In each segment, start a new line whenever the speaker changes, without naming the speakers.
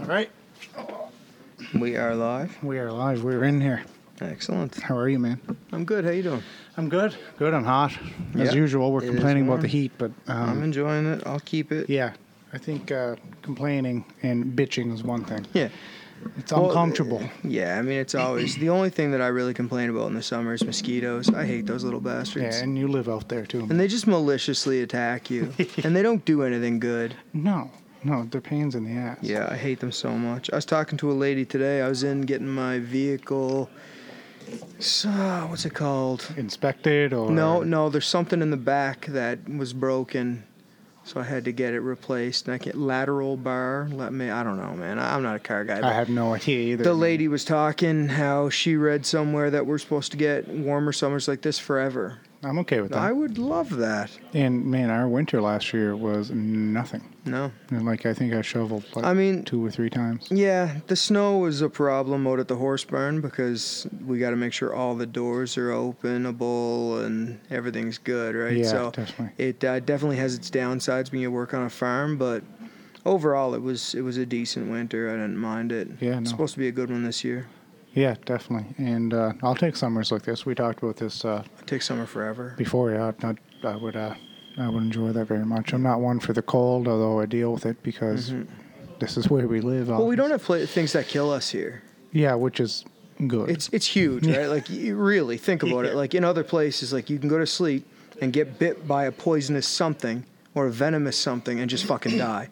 All right,
We are live.
we are live. We're in here.
Excellent.
How are you, man?
I'm good. How you doing?
I'm good. Good. I'm hot, as
Yeah,
usual. We're
it is
complaining about
warm. Mm-hmm.
the heat, but
I'm
um,
enjoying it. I'll keep it.
yeah, I think uh, complaining and bitching is one thing.
Yeah.
It's
Well,
uncomfortable.
uh, Yeah. I mean, it's always the only thing that I really complain about in the summer is mosquitoes. I hate those little bastards.
yeah, and you live out there too.
and they just maliciously attack you, and they don't do anything good.
no, no, they're pains in the ass.
Yeah, I hate them so much. I was talking to a lady today. I was in getting my vehicle. So, what's it called?
Inspected or
No, no, there's something in the back that was broken, so I had to get it replaced. And I get lateral bar. Let me. I don't know, man. I, I'm not a car guy.
I
but
have no idea either.
the lady was talking how she read somewhere that we're supposed to get warmer summers like this forever.
I'm okay with
I
that.
would love that.
and man, our winter last year was nothing.
No.
And like I think I shoveled like
I mean-
two or three times.
Yeah, the snow was a problem out at the horse barn because we got to make sure all the doors are openable and everything's good, right?
Yeah,
so
definitely.
it uh, definitely has its downsides when you work on a farm, but overall, it was it was a decent winter. I didn't mind it.
Yeah,
it's
no.
supposed to be a good one this year.
Yeah, definitely. And uh, I'll take summers like this. We talked about this uh,
It takes summer forever.
before yeah I'd not, i would uh i would enjoy that very much i'm not one for the cold although i deal with it because this is where we live
Mm-hmm. Well, we don't have pla things that kill us here.
yeah which is good
It's it's huge, right? Like you really think about it. Like in other places, like you can go to sleep and get bit by a poisonous something or a venomous something and just fucking die.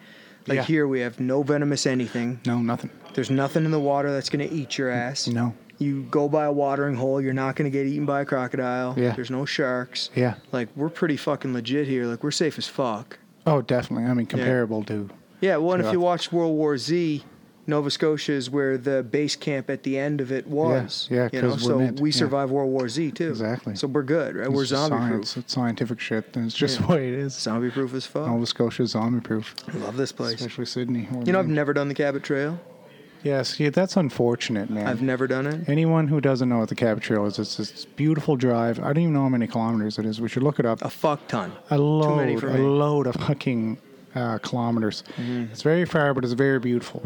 Like
Yeah.
here, we have no venomous anything.
no nothing
There's nothing in the water that's gonna eat your ass.
no
You go by a watering hole, you're not gonna get eaten by a crocodile.
Yeah.
There's no sharks.
yeah
Like we're pretty fucking legit here. Like we're safe as fuck.
oh definitely i mean comparable to
Yeah, well, and if
Yeah.
you watch World War Z, Nova Scotia is where the base camp at the end of it was.
yeah,
you know,
'cause we're
so
meant-
we
yeah.
survived World War Z too.
Exactly.
So we're good, right?
it's
we're
just
zombie
science
proof.
it's scientific shit and it's just
Yeah.
the way it is
Zombie proof as fuck.
nova scotia is zombie proof
I love this place.
especially sydney or
You know, I've
Maine.
never done the Cabot Trail.
yes yeah that's unfortunate man
I've never done it.
Anyone who doesn't know what the Cabot Trail is, it's this beautiful drive. I don't even know how many kilometers it is. We should look it up.
A fuck ton.
a load,
many for
a
me. Mm-hmm.
load of fucking uh, kilometers. It's very far, but it's very beautiful,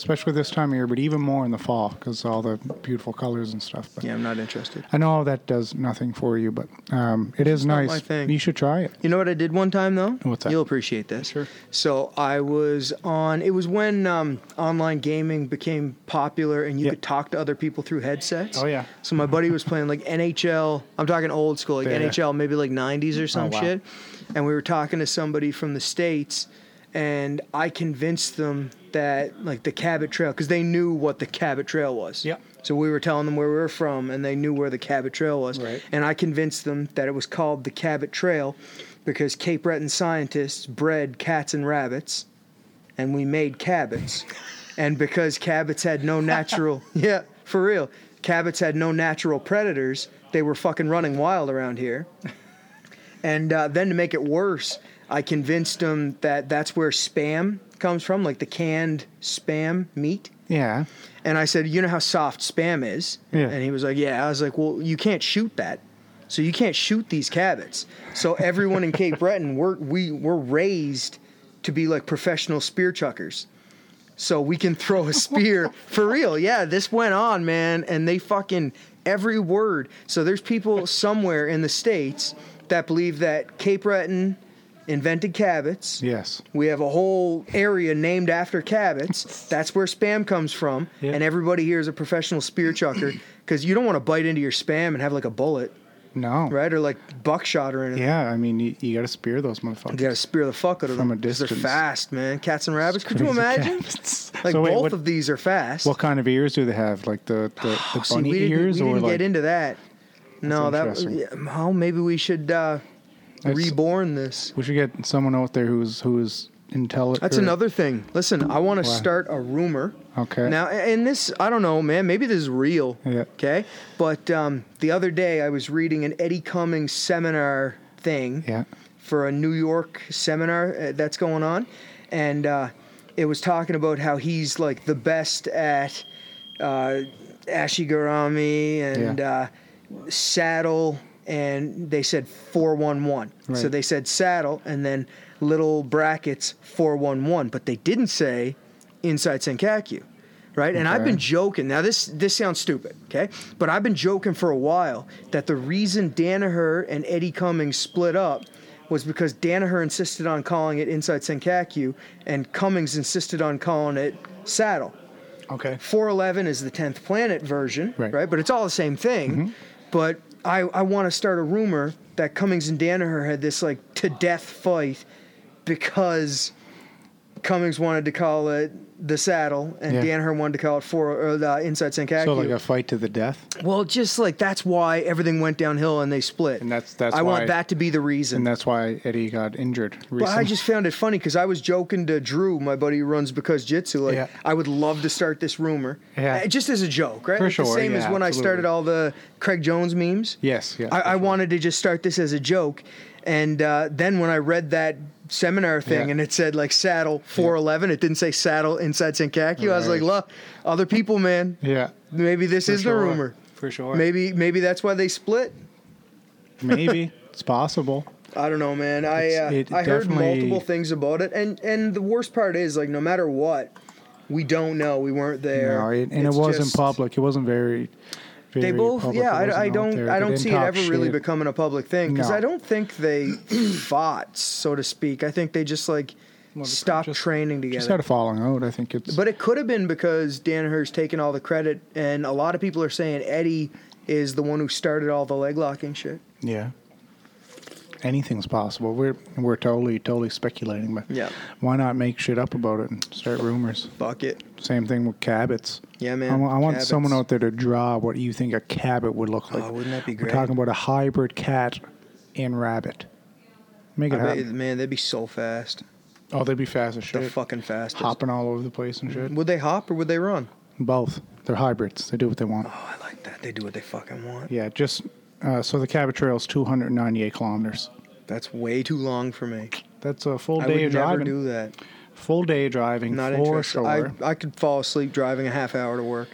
especially this time of year. But even more in the fall because all the beautiful colors and stuff. But
Yeah, I'm not interested.
I know that does nothing for you, but um, it is
not
nice.
my thing.
You should try it.
You know what I did one time though?
What's that?
You'll appreciate this.
Sure.
So I was on. It was when um, online gaming became popular, and you
Yeah.
could talk to other people through headsets.
Oh, yeah.
So my buddy was playing like NHL. I'm talking old school, like
Yeah, yeah.
NHL, maybe like '90s or some
wow.
shit. And we were talking to somebody from the states, and I convinced them that like the Cabot Trail, because they knew what the Cabot Trail was.
Yeah.
So we were telling them where we were from, and they knew where the Cabot Trail was.
Right.
And I convinced them that it was called the Cabot Trail because Cape Breton scientists bred cats and rabbits, and we made cabots. and because cabots had no natural, yeah, for real, cabots had no natural predators, they were fucking running wild around here. And uh, then to make it worse, I convinced them that that's where spam comes from, like the canned spam meat.
Yeah,
And I said, You know how soft spam is?
Yeah.
And he was like, Yeah. I was like, Well, you can't shoot that. So you can't shoot these cabots. So everyone in Cape Breton, we're, we, we're raised to be like professional spear chuckers. So we can throw a spear for real. Yeah, this went on, man. And they fucking, every word. So there's people somewhere in the States that believe that Cape Breton invented cabots.
yes.
We have a whole area named after Cabot's. That's where spam comes from.
Yeah.
And everybody here is a professional spear chucker because you don't want to bite into your spam and have like a bullet,
No.
right? Or like buckshot or anything.
Yeah, I mean, you, you got to spear those
You
motherfuckers.
got to spear the fuck out of
From
them
a
'cause
distance.
They're fast, man. Cats and rabbits. Could you
Crazy
imagine?
cats.
Like
so wait,
both
what,
of these are fast. Oh,
what kind of ears do they have? Like the the, the
See,
bunny
we didn't,
ears,
we
or
didn't
like
get into that. No, that was. Yeah,
interesting.
well, maybe we should uh,
That's-
reborn this.
we should get someone out there who's who's intelligent.
That's another thing. Listen, I want to start a rumor.
Okay.
Now, and this, I don't know, man. Maybe this is real.
Yeah.
Okay. But um, the other day, I was reading an Eddie Cummings seminar thing
Yeah.
for a New York seminar uh, that's going on, and uh, it was talking about how he's like the best at uh, ashigarami and
Yeah.
uh, saddle, and they said four one one. So
Right.
they said saddle and then little brackets four one one, but they didn't say inside Senkaku, right? And I've
Okay.
been joking. Now this this sounds stupid, okay? But I've been joking for a while that the reason Danaher and Eddie Cummings split up was because Danaher insisted on calling it inside Senkaku and Cummings insisted on calling it Saddle.
Okay.
411 is the 10th planet version, right?
Right. Mm-hmm.
But it's all the same thing. But I, I want to start a rumor that Cummings and Danaher had this like to death fight because Cummings wanted to call it the saddle and
Yeah.
Danaher wanted to call it for or the inside Senkaku.
So like a fight to the death,
well, just like that's why everything went downhill and they split.
And that's- that's
I
why-
want that to be the reason.
and that's why Eddie got injured recently.
But I just found it funny because I was joking to Drew, my buddy who runs Because Jitsu. Like,
Yeah.
I would love to start this rumor.
Yeah.
Uh, Just as a joke, right?
For
Like, The
sure,
same as
yeah,
when I
absolutely.
started all the Craig Jones memes.
yes, yeah.
I, I
for sure.
wanted to just start this as a joke. And uh, then when I read that seminar thing
Yeah.
and it said like saddle 411, it didn't say saddle inside Senkaku. I was like,
Right.
look, other people, man.
Yeah.
Maybe this
for
is
sure.
the rumor.
For sure.
Maybe maybe that's why they split.
Maybe it's possible.
I don't know, man. I
It's-
uh,
it
I heard
definitely-
multiple things about it, and and the worst part is like no matter what, we don't know. We weren't there.
No, it, and
It's
it wasn't
just-
public. It wasn't very.
They
very
both,
public.
yeah.
It wasn't
I, I
out
don't
there.
I
They
don't
didn't
see it
talk
ever really
shit.
becoming a public thing because
No.
I don't think they fought, so to speak. I think they just like
it's
stopped
just-
training
She
together.
started falling out. I think it's.
But it could have been because Danaher's taking all the credit, and a lot of people are saying Eddie is the one who started all the leg locking shit.
Yeah. Anything's possible. We're we're totally totally speculating, but
Yeah.
why not make shit up about it and start rumors?
Bucket.
Same thing with Cabots.
Yeah, man.
I, wa- I want
Cabot's.
someone out there to draw what you think a Cabot would look like.
Oh, wouldn't that be
We're
great?
talking about a hybrid cat and rabbit. Make
I
it
bet,
happen.
man, that'd be so fast.
Oh, they'd be fast as
The
shit.
fucking fastest.
Hopping all over the place and shit.
Would they hop or would they run?
Both. They're hybrids. They do what they want.
Oh, I like that. They do what they fucking want.
Yeah, just uh, so the Cabot Trail is 298 kilometers.
That's way too long for me.
That's a full
I
day of
would never
driving.
do that.
Full day of driving
Not
for
interested.
sure.
I, I could fall asleep driving a half hour to work.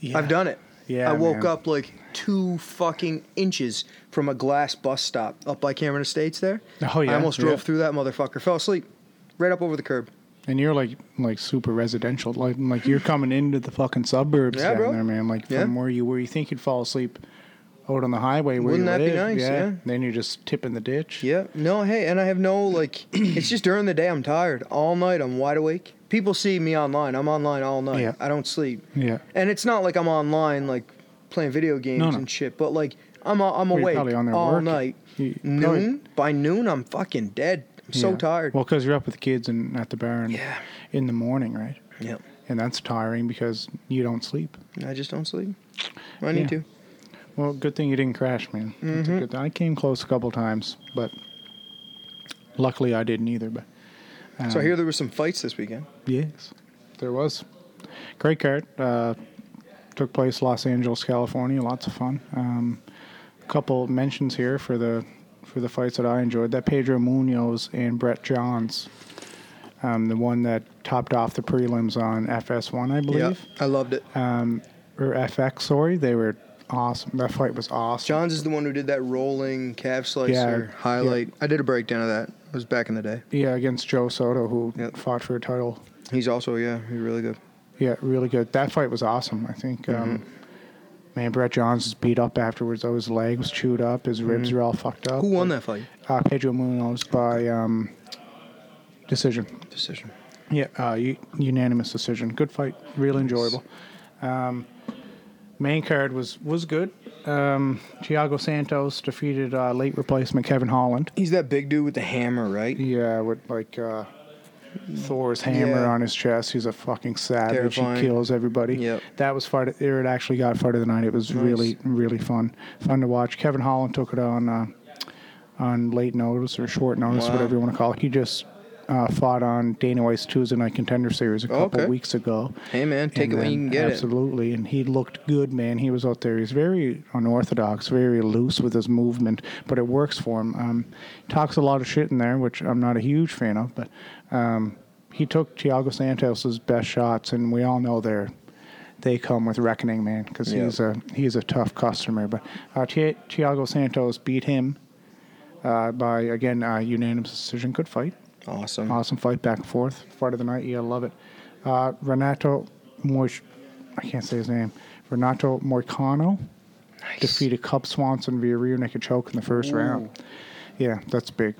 Yeah.
I've done it.
Yeah,
I woke
man.
up like two fucking inches from a glass bus stop up by Cameron Estates there.
Oh, yeah,
I almost drove
yeah.
through that motherfucker. Fell asleep. Right up over the curb.
And you're like like super residential. Like like you're coming into the fucking suburbs
Yeah,
down
bro.
there, man. Like
Yeah.
from where you where you think you'd fall asleep out on the highway where
Wouldn't
you
that be
live.
nice, yeah.
Then you're just tipping the ditch.
Yeah. No, hey, and I have no like it's just during the day I'm tired. All night I'm wide awake. People see me online. I'm online all night.
Yeah.
I don't sleep.
Yeah.
And it's not like I'm online like playing video games
No, no.
and shit, but like I'm I'm
Well, you're
awake
probably on there
all
working.
night.
You-
noon
probably-
by noon I'm fucking dead. I'm so
Yeah.
tired.
Well, because you're up with the kids and at the barn
Yeah.
in the morning, right?
yeah.
And that's tiring because you don't sleep.
I just don't sleep. I need
Yeah.
to.
Well, good thing you didn't crash, man. That's
Mm-hmm.
a good thing. I came close a couple times, but luckily I didn't either. But
So
Um,
I hear there were some fights this weekend.
Yes, there was. Great card. Uh, took place Los Angeles, California. Lots of fun. Um, couple mentions here for the for the fights that I enjoyed. That Pedro Munoz and Brett Johns. Um, the one that topped off the prelims on FS1, I believe, Uh, Um,
I loved it.
or FX. Sorry, they were awesome. That fight was awesome.
Johns is the one who did that rolling calf slicer
Yeah.
highlight. I did a breakdown of that. It was back in the day.
yeah, against Joe Soto, who
Yep.
fought for a title
He's also yeah, he's really good.
Yeah, really good. That fight was awesome. I think,
Mm-hmm.
um, man, Brett Johns was beat up afterwards. Though his leg was chewed up, his ribs were all fucked up.
Mm-hmm. Who won that fight?
Uh, Pedro Munoz by um, decision.
Decision.
Yeah, uh, u- unanimous decision. Good fight, real enjoyable. Um, main card was was good. Um, Thiago Santos defeated uh, late replacement Kevin Holland.
He's that big dude with the hammer, right?
Yeah, with like uh, Thor's hammer
Yeah.
on his chest. He's a fucking savage.
Terrifying.
He kills everybody.
Yep.
That was fight. It actually got fight of the night. It was really, really fun. Fun to watch. Kevin Holland took it on uh, on late notice or short notice,
Wow.
whatever you want to call it. He just uh, fought on Dana White's Tuesday Night Contender Series a couple
Okay.
weeks ago.
Hey man, take
And
it when
then-
you can get it.
Absolutely. And he looked good, man. He was out there. He's very unorthodox, very loose with his movement, but it works for him. Um, talks a lot of shit in there, which I'm not a huge fan of, but um, he took Thiago Santos's best shots, and we all know they're. They come with reckoning, man, because
Yeah.
he's a he's a tough customer. But uh, Thi- Thiago Santos beat him uh, by again uh, unanimous decision. Good fight.
Awesome.
Awesome fight back and forth. Fight of the night. Yeah, love it. Uh, Renato Moish, I can't say his name. Renato Moicano defeated Cub Swanson via rear naked choke in the first round. Yeah, that's big.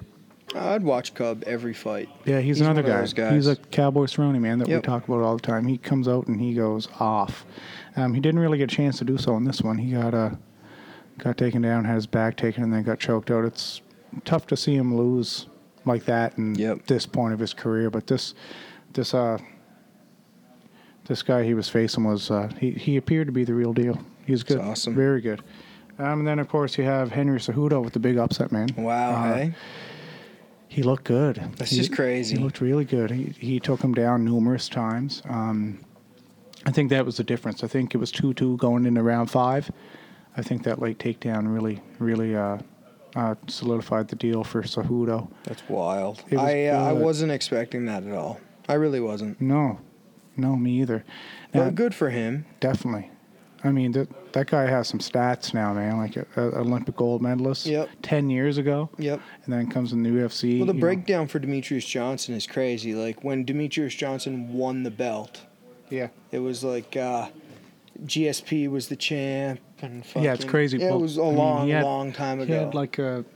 I'd watch Cub every fight.
Yeah, he's, another
one of
guy.
those guys.
He's a cowboy Cerrone man that we
Yep.
talk about all the time. He comes out and he goes off. Um, he didn't really get a chance to do so in this one. He got uh, got taken down, had his back taken, and then got choked out. It's tough to see him lose like that in
Yep.
this point of his career. But this this uh this guy he was facing was uh, he he appeared to be the real deal. He was good,
awesome.
very good. Um, and then of course you have Henry Cejudo with the big upset, man.
Wow,
Uh,
hey?
he looked good.
That's
He-
just crazy.
He looked really good. He, he took him down numerous times. Um, I think that was the difference. I think it was 2 2 going into round five. I think that late takedown really, really uh, uh, solidified the deal for Cejudo.
That's wild.
It was
I uh, I
good.
wasn't expecting that at all. I really wasn't.
No, no, me either. Now,
But good for him.
Definitely. I mean, that, that guy has some stats now, man, like a, a Olympic gold medalist
Yep.
10 years ago.
Yep.
And then comes in the UFC.
Well,
you
the
know.
breakdown for Demetrius Johnson is crazy. Like when Demetrius Johnson won the belt,
Yeah.
it was like uh, GSP was the champ, and fucking,
Yeah, it's crazy.
It
Well,
was a
I mean, he
long,
had-
long time
He
ago.
had like a,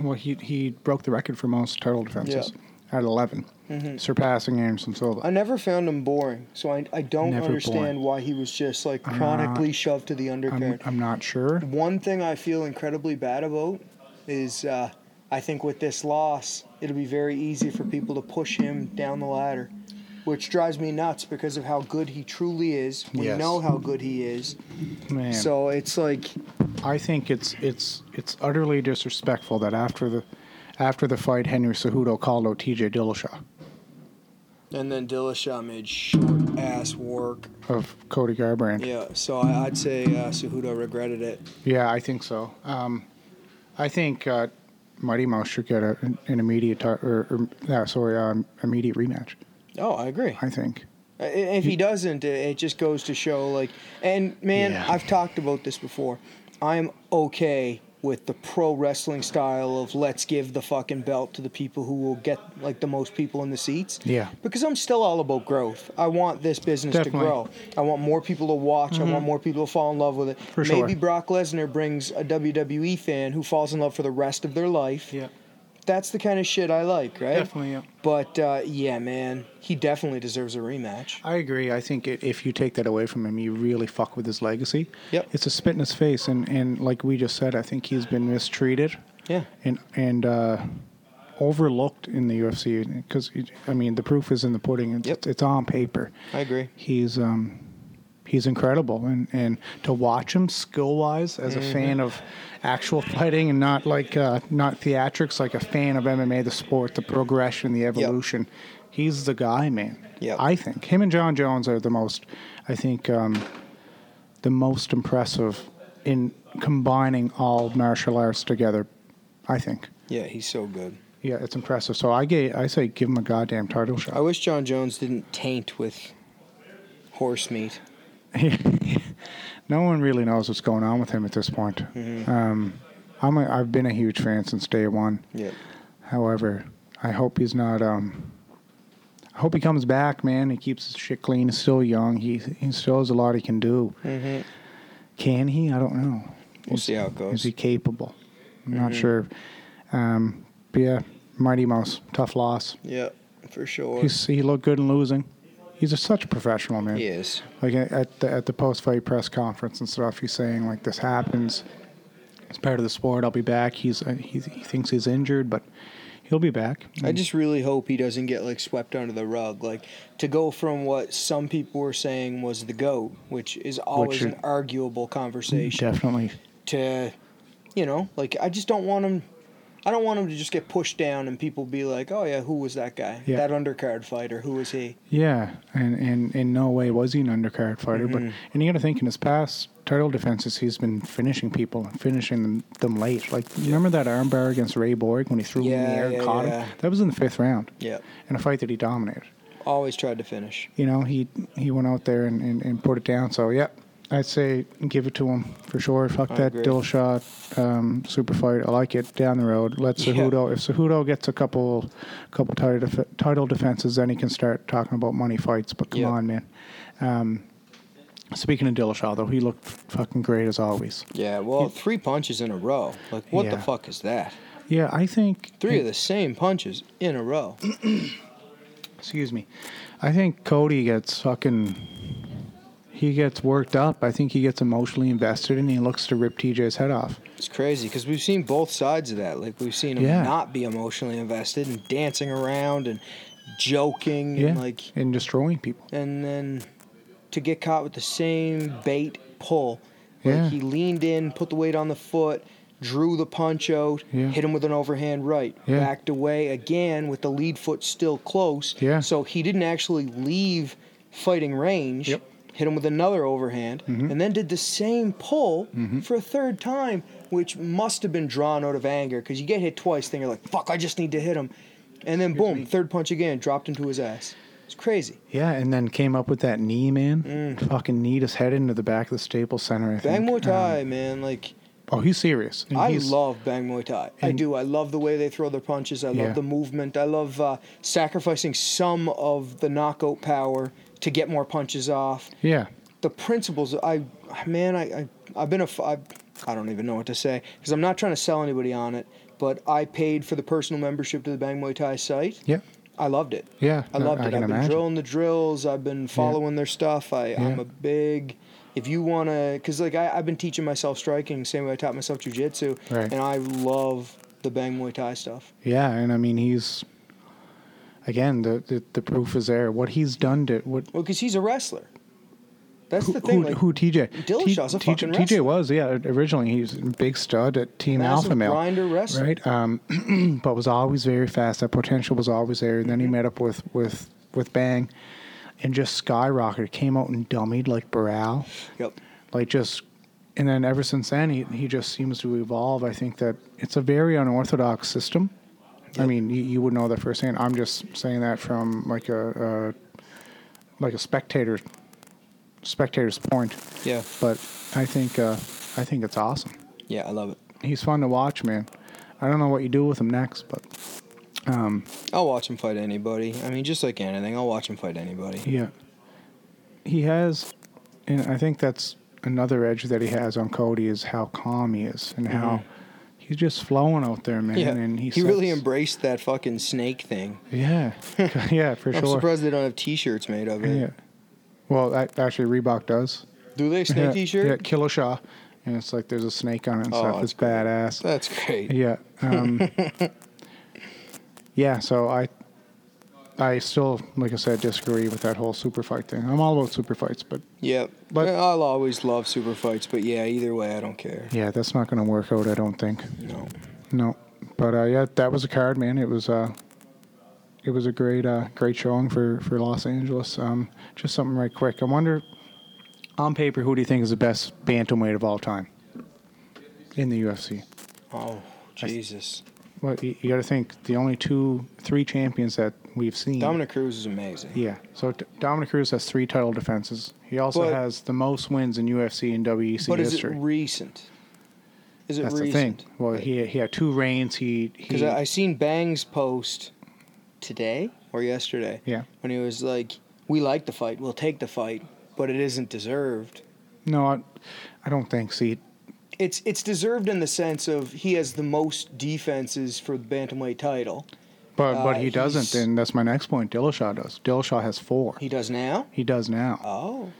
well, he he broke the record for most title defenses at 11, surpassing Anderson Silva.
Mm-hmm. Hmm. I never found him boring, so I, I don't
Never
understand
boring.
why he was just like
I'm
chronically
not-
shoved to the
I'm,
undercard.
I'm not sure.
One thing I feel incredibly bad about is uh, I think with this loss, it'll be very easy for people to push him down the ladder, which drives me nuts because of how good he truly is. We
Yes.
know how good he is.
Man,
So it's like,
I think it's it's it's utterly disrespectful that after the after the fight, Henry Cejudo called out T.J. Dillashaw
and then Dillashaw made short ass work.
of Cody Garbrandt.
Yeah, so I, I'd say uh, Cejudo regretted it.
Yeah, I think so. Um, I think uh, Mighty Mouse should get a, an an immediate ti- or, or uh, sorry, um, immediate rematch.
Oh, I agree.
I think.
Uh, I- If he doesn't, it it just goes to show, like, and man,
Yeah.
I've talked about this before. I'm okay with the pro wrestling style of let's give the fucking belt to the people who will get like the most people in the seats.
Yeah.
Because I'm still all about growth. I want this business
Definitely. Mm-hmm.
to grow. I want more people to watch. I want more people to fall in love with it.
For sure.
Maybe Brock Lesnar brings a WWE fan who falls in love for the rest of their life. That's the kind of shit I like, right?
Definitely, yeah.
But uh, yeah, man, he definitely deserves a rematch.
I agree. I think it, if you take that away from him, you really fuck with his legacy.
Yep.
It's a spit in his face, and, and like we just said, I think he's been mistreated
Yeah.
and and uh, overlooked in the UFC because I mean the proof is in the pudding. It's,
Yep.
it's on paper.
I agree.
He's um, he's incredible, and, and to watch him skill wise as
Mm-hmm.
a fan of actual fighting and not like uh, not theatrics, like a fan of MMA, the sport, the progression, the evolution. He's the guy, man.
Yep.
I think him and John Jones are the most. I think um, the most impressive in combining all martial arts together. I think.
Yeah, he's so good.
Yeah, it's impressive. So I gave, I say give him a goddamn title shot.
I wish John Jones didn't taint with horse meat.
no one really knows what's going on with him at this point. Um, I'm a, I've been a huge fan since day one.
Yeah.
However, I hope he's not. Um, I hope he comes back, man. He keeps his shit clean. He's still young. He he still has a lot he can do.
Mhm.
Can he? I don't know.
We'll see how it
Is
goes. Mm-hmm.
he capable? I'm not sure. Um, but yeah, Mighty Mouse, tough loss.
Yeah, for sure.
He's, he looked good in losing. He's a, such a professional, man
he is.
like at- at the at the post fight press conference and stuff. He's saying like this happens. It's part of the sport. I'll be back. He's uh, he, he thinks he's injured, but he'll be back.
I just really hope he doesn't get like swept under the rug. Like to go from what some people were saying was the goat, which is always
is-
an arguable conversation,
definitely.
to you know, like I just don't want him. I don't want him to just get pushed down and people be like, "Oh yeah, who was that guy?
Yeah.
That undercard fighter? Who was he?"
Yeah, and, and in no way was he an undercard fighter, but
Mm-hmm.
and you got to think in his past title defenses, he's been finishing people and finishing them, them late. Like remember that armbar against Ray Borg when he threw him in the
Yeah,
air, and
yeah,
caught
yeah.
him. That was in the fifth round.
Yeah,
in a fight that he dominated.
always tried to finish.
You know, he he went out there and, and, and put it down. So yeah, I'd say give it to him for sure. Fuck
I
that
agree.
dill shot, um, super fight. I like it down the road. Let
Yeah.
Cejudo. If Cejudo gets a couple, couple title def- title defenses, then he can start talking about money fights. But come
Yeah.
on, man. Um, speaking of Dillashaw, though, he looked f- fucking great as always.
Yeah, well, three punches in a row. Like, what the
Yeah.
fuck is that?
Yeah, I think
Three of the same punches in a row.
excuse me. I think Cody gets fucking. He gets worked up. I think he gets emotionally invested, and he looks to rip TJ's head off.
It's crazy because we've seen both sides of that. Like, we've seen him
Yeah.
not be emotionally invested and dancing around and joking
Yeah,
and like
and destroying people.
and then to get caught with the same bait pull. Like
Yeah.
he leaned in, put the weight on the foot, drew the punch out,
Yeah.
hit him with an overhand right,
Yeah.
backed away again with the lead foot still close.
Yeah.
So he didn't actually leave fighting range.
Yep. Mm-hmm.
Hit him with another overhand, and then did the same pull for a third time, which must have been drawn out of anger because you get hit twice, then you're like, "Fuck, I just need to hit him," and then boom, third punch again, dropped into his ass. It's crazy.
Yeah, and then came up with that knee, man. Fucking kneed his head into the back of the Staples Center. I
Bang
think.
Muay
Um,
Thai, man. Like
oh, he's serious. And
I
he's-
love Bang Muay Thai. I
and-
do. I love the way they throw their punches. I love
Yeah.
the movement. I love uh, sacrificing some of the knockout power to get more punches off.
Yeah,
The principles. I man. I, I I've been a. f- I, I don't even know what to say because I'm not trying to sell anybody on it. But I paid for the personal membership to the Bang Muay Thai site.
yeah,
I loved it.
yeah.
I
no,
loved it. I've
can
been
imagine.
drilling the drills. I've been following their stuff. I, I'm
Yeah.
a big. If you want to, because like I, I've been teaching myself striking, same way I taught myself jujitsu,
Right.
and I love the Bang Muay Thai stuff.
Yeah, and I mean he's again the, the the proof is there. What he's done to what
Well, because he's a wrestler. That's
who,
the thing.
who,
like,
who TJ
Dillashaw's a
T-
fucking
TJ
wrestler.
was yeah originally he's a big stud at Team
Massive
Alpha Male
grinder wrestler.
right um but was always very fast that potential was always there then he
Mm-hmm.
met up with with with Bang and just skyrocketed came out and dummied like Burrell
Yep.
like just and then ever since then he, he just seems to evolve i think that it's a very unorthodox system i mean you, you would know that firsthand i'm just saying that from like a, a like a spectator spectator's point
Yeah.
but i think uh, i think it's awesome
Yeah, I love it.
he's fun to watch man i don't know what you do with him next but
I'll watch him fight anybody. I mean, just like anything, I'll watch him fight anybody.
Yeah. He has, and I think that's another edge that he has on Cody is how calm he is and how he's just flowing out there, man.
Mm-hmm. Yeah.
And he,
he really
sets-
embraced that fucking snake thing.
Yeah. yeah, for
I'm
sure.
surprised they don't have T-shirts made of it.
Yeah. Well, a- actually, Reebok does.
Do they snake
yeah.
T-shirt?
Yeah, Killshaw. And it's like there's a snake on it and
Oh,
stuff.
that's
It's
great.
badass.
That's great.
Yeah. Um, yeah. So I, I still, like I said, disagree with that whole super fight thing. I'm all about super fights, but
Yep.
But-
Yeah, I'll always love super fights, but yeah, either way, I don't care.
yeah, that's not going to work out. I don't think.
No.
No, but uh, yeah, that was a card, man. It was uh, it was a great uh, great showing for for Los Angeles. Um, just something right quick. I wonder, on paper, who do you think is the best bantamweight of all time in the UFC?
Oh, Jesus.
Well, you, you got to think the only two, three champions that we've seen.
Dominic Cruz is amazing.
Yeah. So D- Dominic Cruz has three title defenses. He also
But-
has the most wins in UFC and WEC
but is
history.
it recent? Is it
That's the
recent?
thing. Well, he he had two reigns. He
Because
he.
I, I seen Bang's post today or yesterday
yeah.
when he was like, "We like the fight. We'll take the fight, but it isn't deserved."
No, I, I don't think. See,
It's it's deserved in the sense of he has the most defenses for the bantamweight title.
But
Uh,
but he doesn't,
he's-
and that's my next point. Dillashaw does. Dillashaw has four.
He does now.
He does now.
Oh,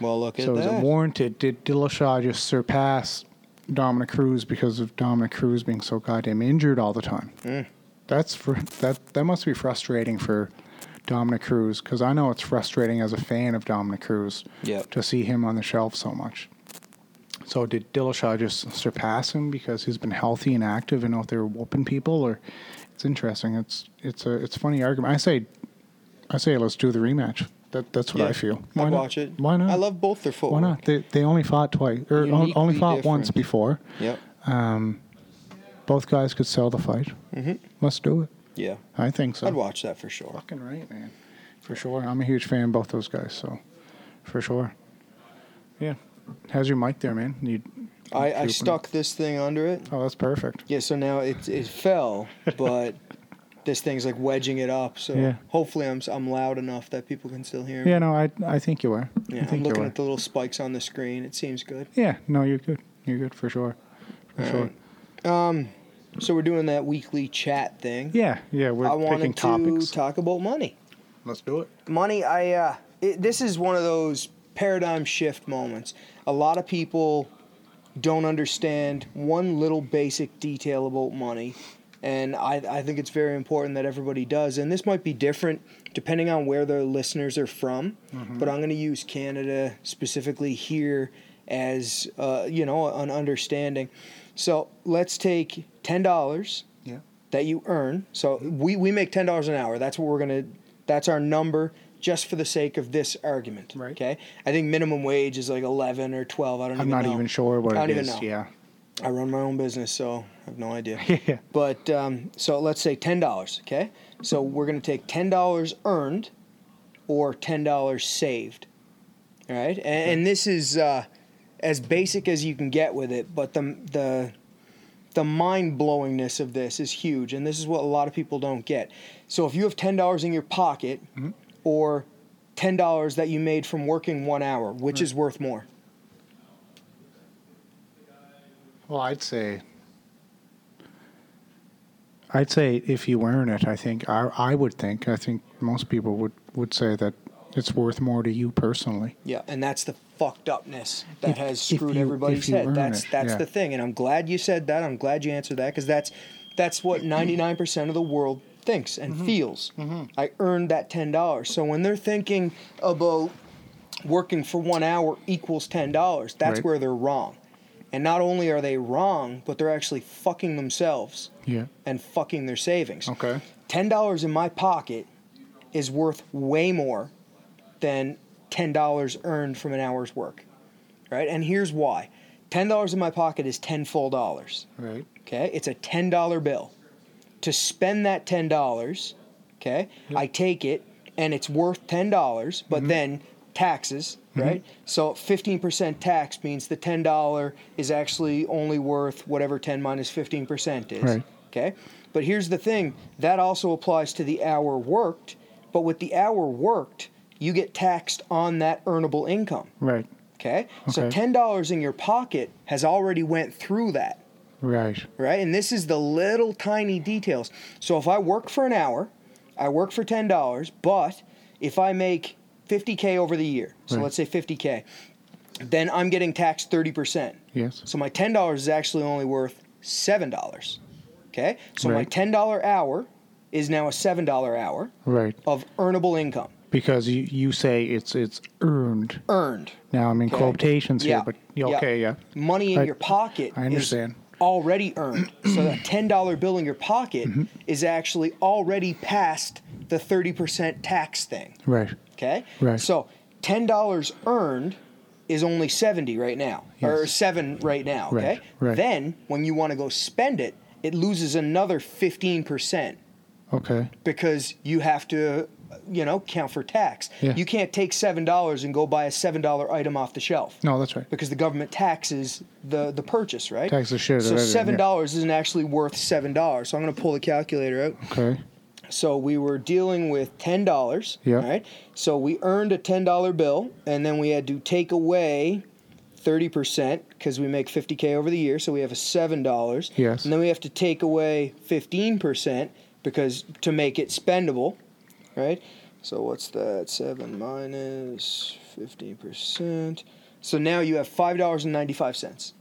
well, look at
so is
that.
it warranted? Did Dillashaw just surpass Dominic Cruz because of Dominic Cruz being so goddamn injured all the time?
Mm.
That's fr- that that must be frustrating for Dominic Cruz because I know it's frustrating as a fan of Dominic Cruz
Yep.
to see him on the shelf so much. So did Dillashaw just surpass him because he's been healthy and active and out there whooping people? Or it's interesting. It's it's a it's a funny argument. I say, I say let's do the rematch. That that's what I
Yeah.
feel.
I'd
not?
watch it.
Why not?
I love both their
Why
footwork.
not? They they only fought twice or on,
Uniquely
only fought once
different.
before.
Yep.
Both guys could sell the fight. Mm-hmm. Let's do it.
Yeah.
I think so.
I'd watch that for sure.
Fucking right, man. For sure. I'm a huge fan of both those guys, so for sure. Yeah. How's your mic there, man? You, you
I, I
drooping.
stuck this thing under it.
Oh, that's perfect.
Yeah, so now it it fell, but this thing's like wedging it up. So
Yeah.
hopefully I'm s- I'm loud enough that people can still hear me.
Yeah, no, I I think you are. I
Yeah,
think
I'm
you
looking
are.
at the little spikes on the screen. It seems good.
Yeah, no, you're good. You're good for sure. For sure.
So we're doing that weekly chat thing.
Yeah, yeah, we're
I
picking
wanted to
topics.
talk about money.
Let's do it.
money i uh it, this is one of those paradigm shift moments a lot of people don't understand one little basic detail about money and I, I think it's very important that everybody does and this might be different depending on where their listeners are from
Mm-hmm.
but i'm going to use canada specifically here as uh, you know an understanding so let's take $10
Yeah. Mm-hmm.
that you earn. So we, we make ten dollars an hour. That's what we're gonna. That's our number, just for the sake of this argument.
Right.
Okay. I think minimum wage is like eleven or twelve. I don't.
I'm
even
not
know.
even sure what
I don't
it
even
is.
know.
Yeah.
I run my own business, so I have no idea.
Yeah.
But um, so let's say ten dollars. Okay. So we're gonna take ten dollars earned, or ten dollars saved. All right. And, and this is uh, as basic as you can get with it, but the the the mind blowingness of this is huge, and this is what a lot of people don't get. So if you have ten dollars in your pocket,
Mm-hmm.
or ten dollars that you made from working one hour, which
Mm.
is worth more?
Well, I'd say I'd say if you earn it, I think I I would think I think most people would would say that it's worth more to you personally.
Yeah, and that's the fucked upness that
If-
has
if
screwed
you-
everybody's
if you
head.
earn
That's
it,
that's
yeah.
the thing, and I'm glad you said that. I'm glad you answered that because that's that's what 99% of the world thinks and
Mm-hmm.
feels. I earned that ten dollars. So when they're thinking about working for one hour equals ten dollars, that's
Right.
where they're wrong. And not only are they wrong, but they're actually fucking themselves
Yeah.
and fucking their savings.
Okay.
Ten dollars in my pocket is worth way more than ten dollars earned from an hour's work. Right? And here's why. Ten dollars in my pocket is ten full dollars.
Right.
Okay? It's a ten dollar bill. To spend that ten dollars, okay, I take it and it's worth ten dollars,
Mm-hmm.
but then taxes, right? So fifteen percent tax means the ten dollar is actually only worth whatever ten minus fifteen percent is.
Right.
Okay? But here's the thing, that also applies to the hour worked, but with the hour worked, you get taxed on that earnable income.
Right.
Okay? So
Okay.
ten dollars in your pocket has already went through that
Right.
right? And this is the little tiny details. So if I work for an hour, I work for ten dollars, but if I make fifty k over the year, so
Right.
let's say fifty k, then I'm getting taxed thirty percent.
Yes.
So my ten dollars is actually only worth seven dollars. Okay, so my
Right.
ten dollar hour is now a seven dollar hour
Right.
of earnable income
Because you, you say it's it's earned.
earned.
Now I'm in
Okay.
quotations
Yeah.
here, but yeah,
Yeah.
okay, yeah.
money in
I-
your pocket
I understand.
is already earned. so that ten dollar bill in your pocket
Mm-hmm.
is actually already past the thirty percent tax thing.
Right.
Okay?
Right.
So ten dollars earned is only seventy right now. Or
Yes.
seven right now.
Right,
Okay.
right.
Then when you want to go spend it, it loses another fifteen percent
Okay.
because you have to you know, count for tax.
Yeah.
You can't take seven dollars and go buy a seven dollar item off the shelf
No, that's right.
because the government taxes the the purchase, right?
Tax the shit out
So
of it, yeah.
seven dollars isn't actually worth seven dollars. So I'm gonna pull the calculator out.
Okay.
So we were dealing with ten dollars.
Yeah.
Right. So we earned a ten dollar bill, and then we had to take away. 30% because we make 50k over the year so we have a $7
Yes.
and then we have to take away 15% because to make it spendable right? So what's that? Seven minus fifteen percent. So now you have five dollars and ninety-five cents.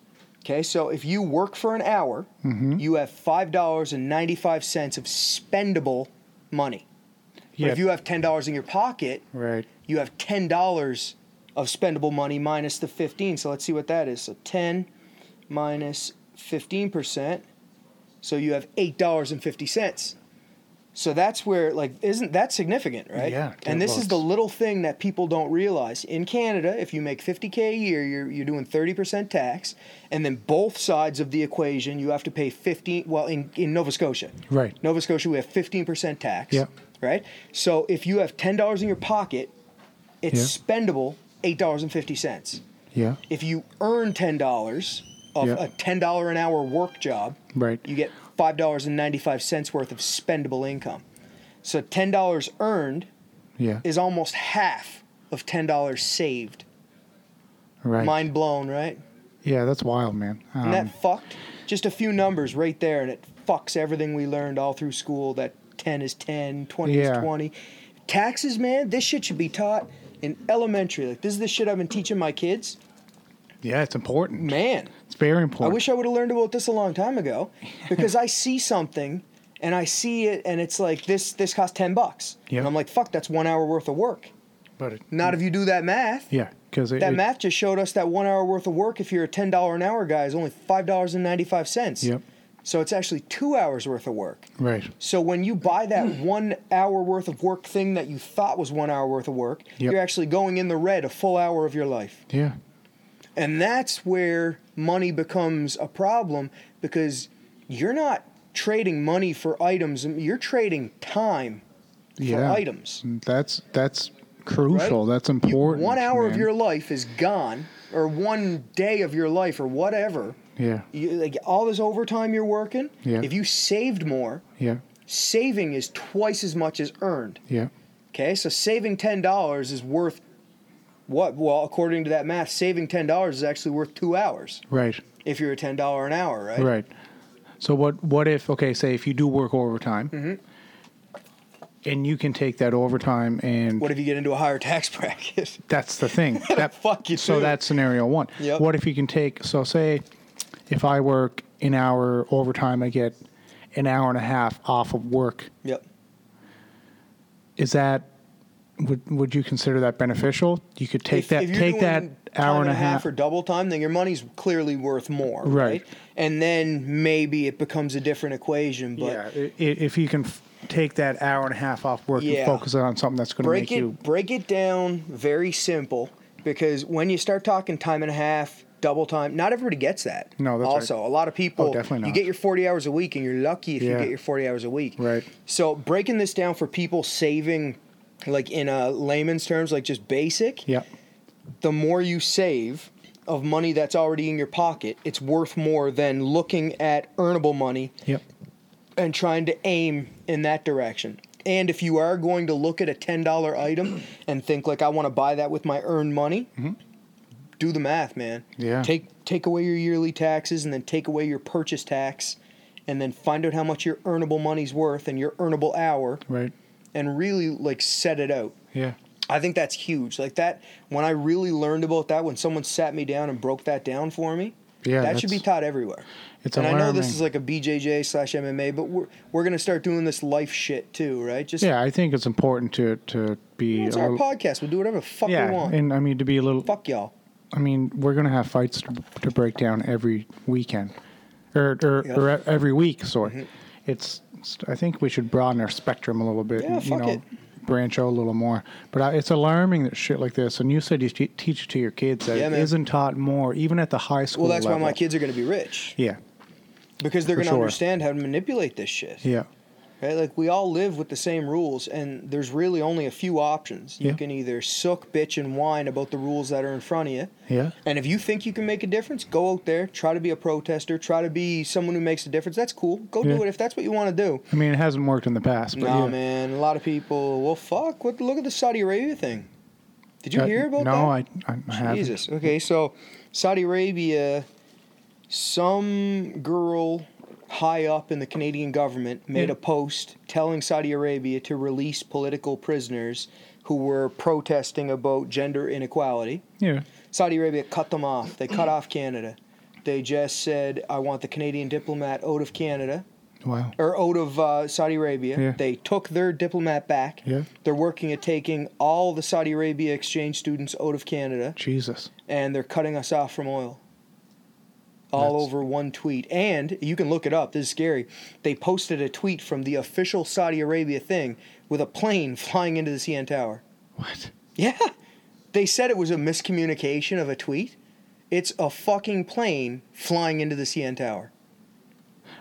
Okay, so if you work for an hour, you have five dollars and ninety-five cents of spendable money. But
Yeah.
if you have ten dollars in your pocket,
right.
you have ten dollars of spendable money minus the fifteen. So let's see what that is. So ten minus fifteen percent. So you have eight dollars and fifty cents. So that's where like isn't that significant, right?
Yeah,
And this
well,
is the
it's-
little thing that people don't realize. In Canada, if you make fifty K a year, you're you're doing thirty percent tax, and then both sides of the equation you have to pay fifteen well in, in Nova Scotia.
Right.
Nova Scotia, we have 15% tax.
Yeah.
Right? So if you have $10 in your pocket, it's
Yeah.
spendable $8.50.
Yeah.
If you earn ten dollars of
Yeah.
a ten dollar an hour work job,
Right.
you get five dollars and ninety five cents worth of spendable income. So ten dollars earned
Yeah.
is almost half of ten dollars saved.
Right.
Mind blown, right?
yeah, that's wild, man. Um,
And that fucked. Just a few numbers right there, and it fucks everything we learned all through school that 10 is 10, 20
Yeah.
is 20. Taxes, man, this shit should be taught in elementary. Like, this is the shit I've been teaching my kids.
yeah, it's important.
Man,
It's very
I
important.
wish I would have learned about this a long time ago because I see something and I see it, and it's like, this this costs 10 bucks.
Yeah.
And I'm like, fuck, that's one hour worth of work.
but it,
Not if you do that math.
yeah, because it,
That
it-
math just showed us that one hour worth of work, if you're a $10 an hour guy, is only $5.95.
Yep.
So it's actually two hours worth of work.
Right.
So when you buy that one hour worth of work thing that you thought was one hour worth of work,
Yep.
you're actually going in the red a full hour of your life.
Yeah.
And that's where money becomes a problem because you're not trading money for items, you're trading time
Yeah.
for items.
That's that's crucial. That's important.
One hour
man.
of your life is gone, or one day of your life, or whatever.
Yeah.
You, like all this overtime you're working,
Yeah.
if you saved more,
Yeah.
saving is twice as much as earned.
Yeah.
Okay, so saving ten dollars is worth what? Well, according to that math, saving ten dollars is actually worth two hours
Right.
if you're a ten dollar an hour, right?
Right. So what what if okay, say if you do work overtime and you can take that overtime and
Mm-hmm. What if you get into a higher tax bracket?
that's the thing. that
fuck you
So
too.
that's scenario one.
Yep.
What if you can take so say if I work an hour overtime I get an hour and a half off of work.
yep.
Is that would would you consider that beneficial? You could take
If-
that
if you're
take
doing
that
time
hour and a half,
or double time, then your money's clearly worth more,
Right.
right? And then maybe it becomes a different equation, but
yeah, i- i- if you can f- take that hour and a half off work and
Yeah.
focus on something that's going to
break
make
it
you
break it down very simple because when you start talking time and a half double time not everybody gets that
No, that's right.
also a lot of people
Oh, definitely
you
not.
get your 40 hours a week and you're lucky if you
Yeah.
get your 40 hours a week
Right.
so breaking this down for people saving like in a layman's terms like just basic
yeah.
the more you save of money that's already in your pocket it's worth more than looking at earnable money
Yep.
and trying to aim in that direction. And if you are going to look at a $10 item and think like I want to buy that with my earned money, do the math, man.
Yeah.
Take take away your yearly taxes and then take away your purchase tax and then find out how much your earnable money's worth and your earnable hour
Right.
and really like set it out.
Yeah.
I think that's huge. Like that when I really learned about that when someone sat me down and broke that down for me,
Yeah,
that should be
that's-
taught everywhere
It's
and
alarming.
I know this is like a BJJ slash MMA, but we're we're gonna start doing this life shit too, right? Just
yeah, I think it's important to to be
it's
a
our
little-
podcast. We'll do whatever the fuck
yeah,
we want.
and I mean to be a little.
fuck y'all.
I mean, we're gonna have fights to, to break down every weekend, or or,
Yeah. Mm-hmm.
or e- every week. Sorry, it's, it's- I think we should broaden our spectrum a little bit.
Yeah,
and, you
fuck
know,
it.
branch out a little more. But I, it's alarming that shit like this. And you said you te- teach it to your kids that
Yeah,
it
man.
isn't taught more, even at the high school.
Well, that's why
level.
my kids are gonna be rich
Yeah,
because they're
For
gonna
sure.
understand how to manipulate this shit.
yeah,
Right? Like we all live with the same rules, and there's really only a few options. You
Yeah.
can either sook, bitch, and whine about the rules that are in front of you.
yeah,
And if you think you can make a difference, go out there, try to be a protester, try to be someone who makes a difference. That's cool. Go
Yeah.
do it if that's what you want to do.
I mean, it hasn't worked in the past. But
No, nah,
yeah.
man. A lot of people. Well, fuck. What? Look at the Saudi Arabia thing. Did you
Uh,
hear about
no,
that?
I, I, I haven't.
Jesus. Okay, so Saudi Arabia, some girl high up in the Canadian government made
Yeah.
a post telling Saudi Arabia to release political prisoners who were protesting about gender inequality.
Yeah,
Saudi Arabia cut them off. They cut off Canada. They just said, "I want the Canadian diplomat out of Canada."
wow.
or out of uh, Saudi Arabia.
Yeah.
They took their diplomat back.
Yeah.
They're working at taking all the Saudi Arabia exchange students out of Canada,
Jesus.
and they're cutting us off from oil. All
That's-
over one tweet. And you can look it up. This is scary. They posted a tweet from the official Saudi Arabia thing with a plane flying into the CN Tower.
What?
Yeah. They said it was a miscommunication of a tweet. It's a fucking plane flying into the CN Tower.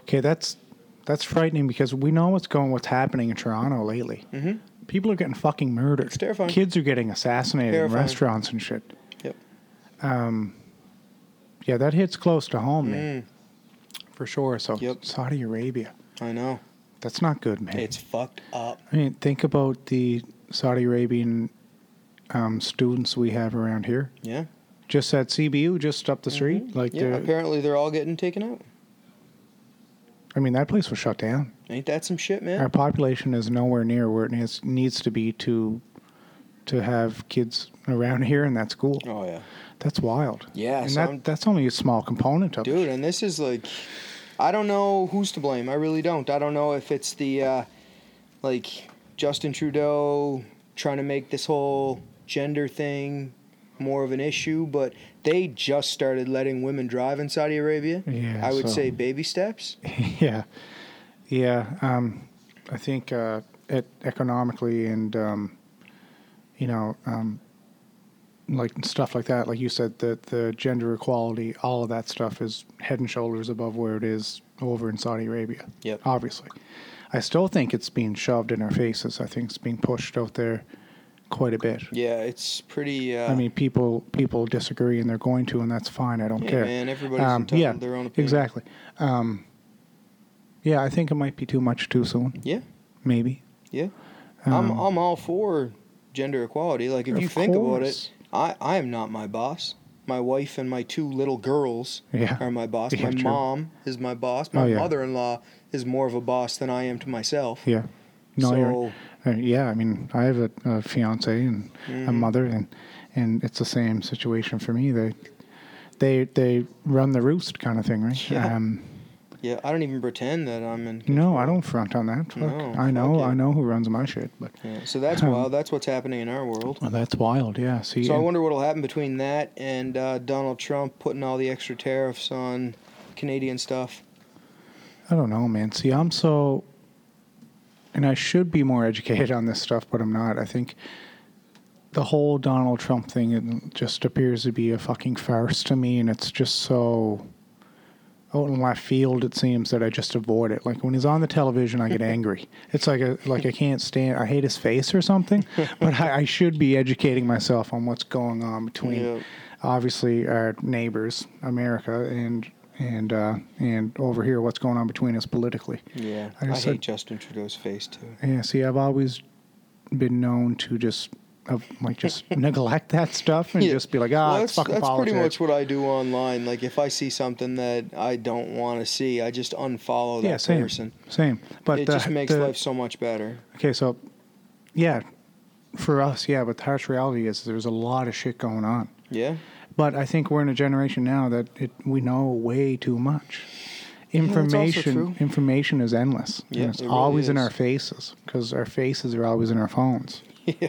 Okay, that's that's frightening because we know what's going, what's happening in Toronto lately. Mm-hmm. People are getting fucking murdered.
It's terrifying.
Kids are getting assassinated
Terrifying.
in restaurants and shit.
Yep.
yeah, that hits close to home, man, for sure. So
Mm. Yep.
Saudi Arabia,
I know.
that's not good, man.
It's fucked up.
I mean, think about the Saudi Arabian um, students we have around here.
Yeah.
Just at CBU, just up the street. Like,
Mm-hmm. Yeah.
they're-
Apparently they're all getting taken out.
I mean, that place was shut down.
Ain't that some shit,
Our
man?
population is nowhere near where it needs, needs to be to to have kids around here in that school.
Oh yeah.
That's wild.
Yeah,
and
so I'm-
that, that's only a small component of
dude
it.
and this is like i don't know who's to blame i really don't i don't know if it's the uh, like justin trudeau trying to make this whole gender thing more of an issue but they just started letting women drive in saudi arabia
Yeah,
i would
so-
say baby steps
yeah, yeah. Um, I think uh, it, economically and um, you know, um, like stuff like that. Like you said, the the gender equality, all of that stuff is head and shoulders above where it is over in Saudi Arabia.
Yep.
Obviously, I still think it's being shoved in our faces. I think it's being pushed out there quite a bit.
yeah it's pretty uh,
I mean, people people disagree, and they're going to, and that's fine. I don't
Yeah,
care. Um,
man, everybody's entitled to their own opinion.
Exactly. Um, yeah, I think it might be too much too soon.
yeah
Maybe.
yeah i'm i'm all for gender equality like if
Um, Of
you think about
course.
it i i am not my boss my wife and my two little girls
Yeah.
are my boss.
Yeah,
my
true.
mom is my boss. My
Oh, yeah.
mother-in-law is more of a boss than I am to myself.
Yeah. No,
So-
you're, uh, yeah. I mean, I have a, a fiance and
Mm-hmm.
a mother, and and it's the same situation for me. They they they run the roost kind of thing, right?
Yeah.
Um,
Yeah, I don't even pretend that I'm in.
no, I don't front on that. Fuck.
No,
I know,
fuck it.
I know who runs my shit, but
Yeah, so that's wild. That's what's happening in our world.
well, that's wild. Um, Yeah. See,
So I
and-
wonder what'll happen between that and uh, Donald Trump putting all the extra tariffs on Canadian stuff.
I don't know, man. See, I'm so, and I should be more educated on this stuff, but I'm not. I think the whole Donald Trump thing it just appears to be a fucking farce to me, and it's just so out in left field. It seems that I just avoid it. Like when he's on the television, I get angry. It's like a, like I can't stand. I hate his face or something. But I, I should be educating myself on what's going on between
Yep.
obviously our neighbors, America, and and uh, and over here, what's going on between us politically.
Yeah,
I
I,
just
hate
like-
Justin Trudeau's face too.
Yeah, see, I've always been known to just uh, like just neglect that stuff and
Yeah.
just be like, ah,
Well,
it's fucking
that's
politics.
pretty much what I do online. Like if I see something that I don't want to see, I just unfollow that
yeah, same,
person.
same. But
it
the-
just makes
the-
life so much better.
Okay, so yeah, for us, yeah, but the harsh reality is there's a lot of shit going on.
Yeah.
But I think we're in a generation now that it, we know way too much.
that's also
Information
true.
information is endless.
Yeah,
and it's
it really
always in
is.
our faces because our faces are always in our phones. Yeah.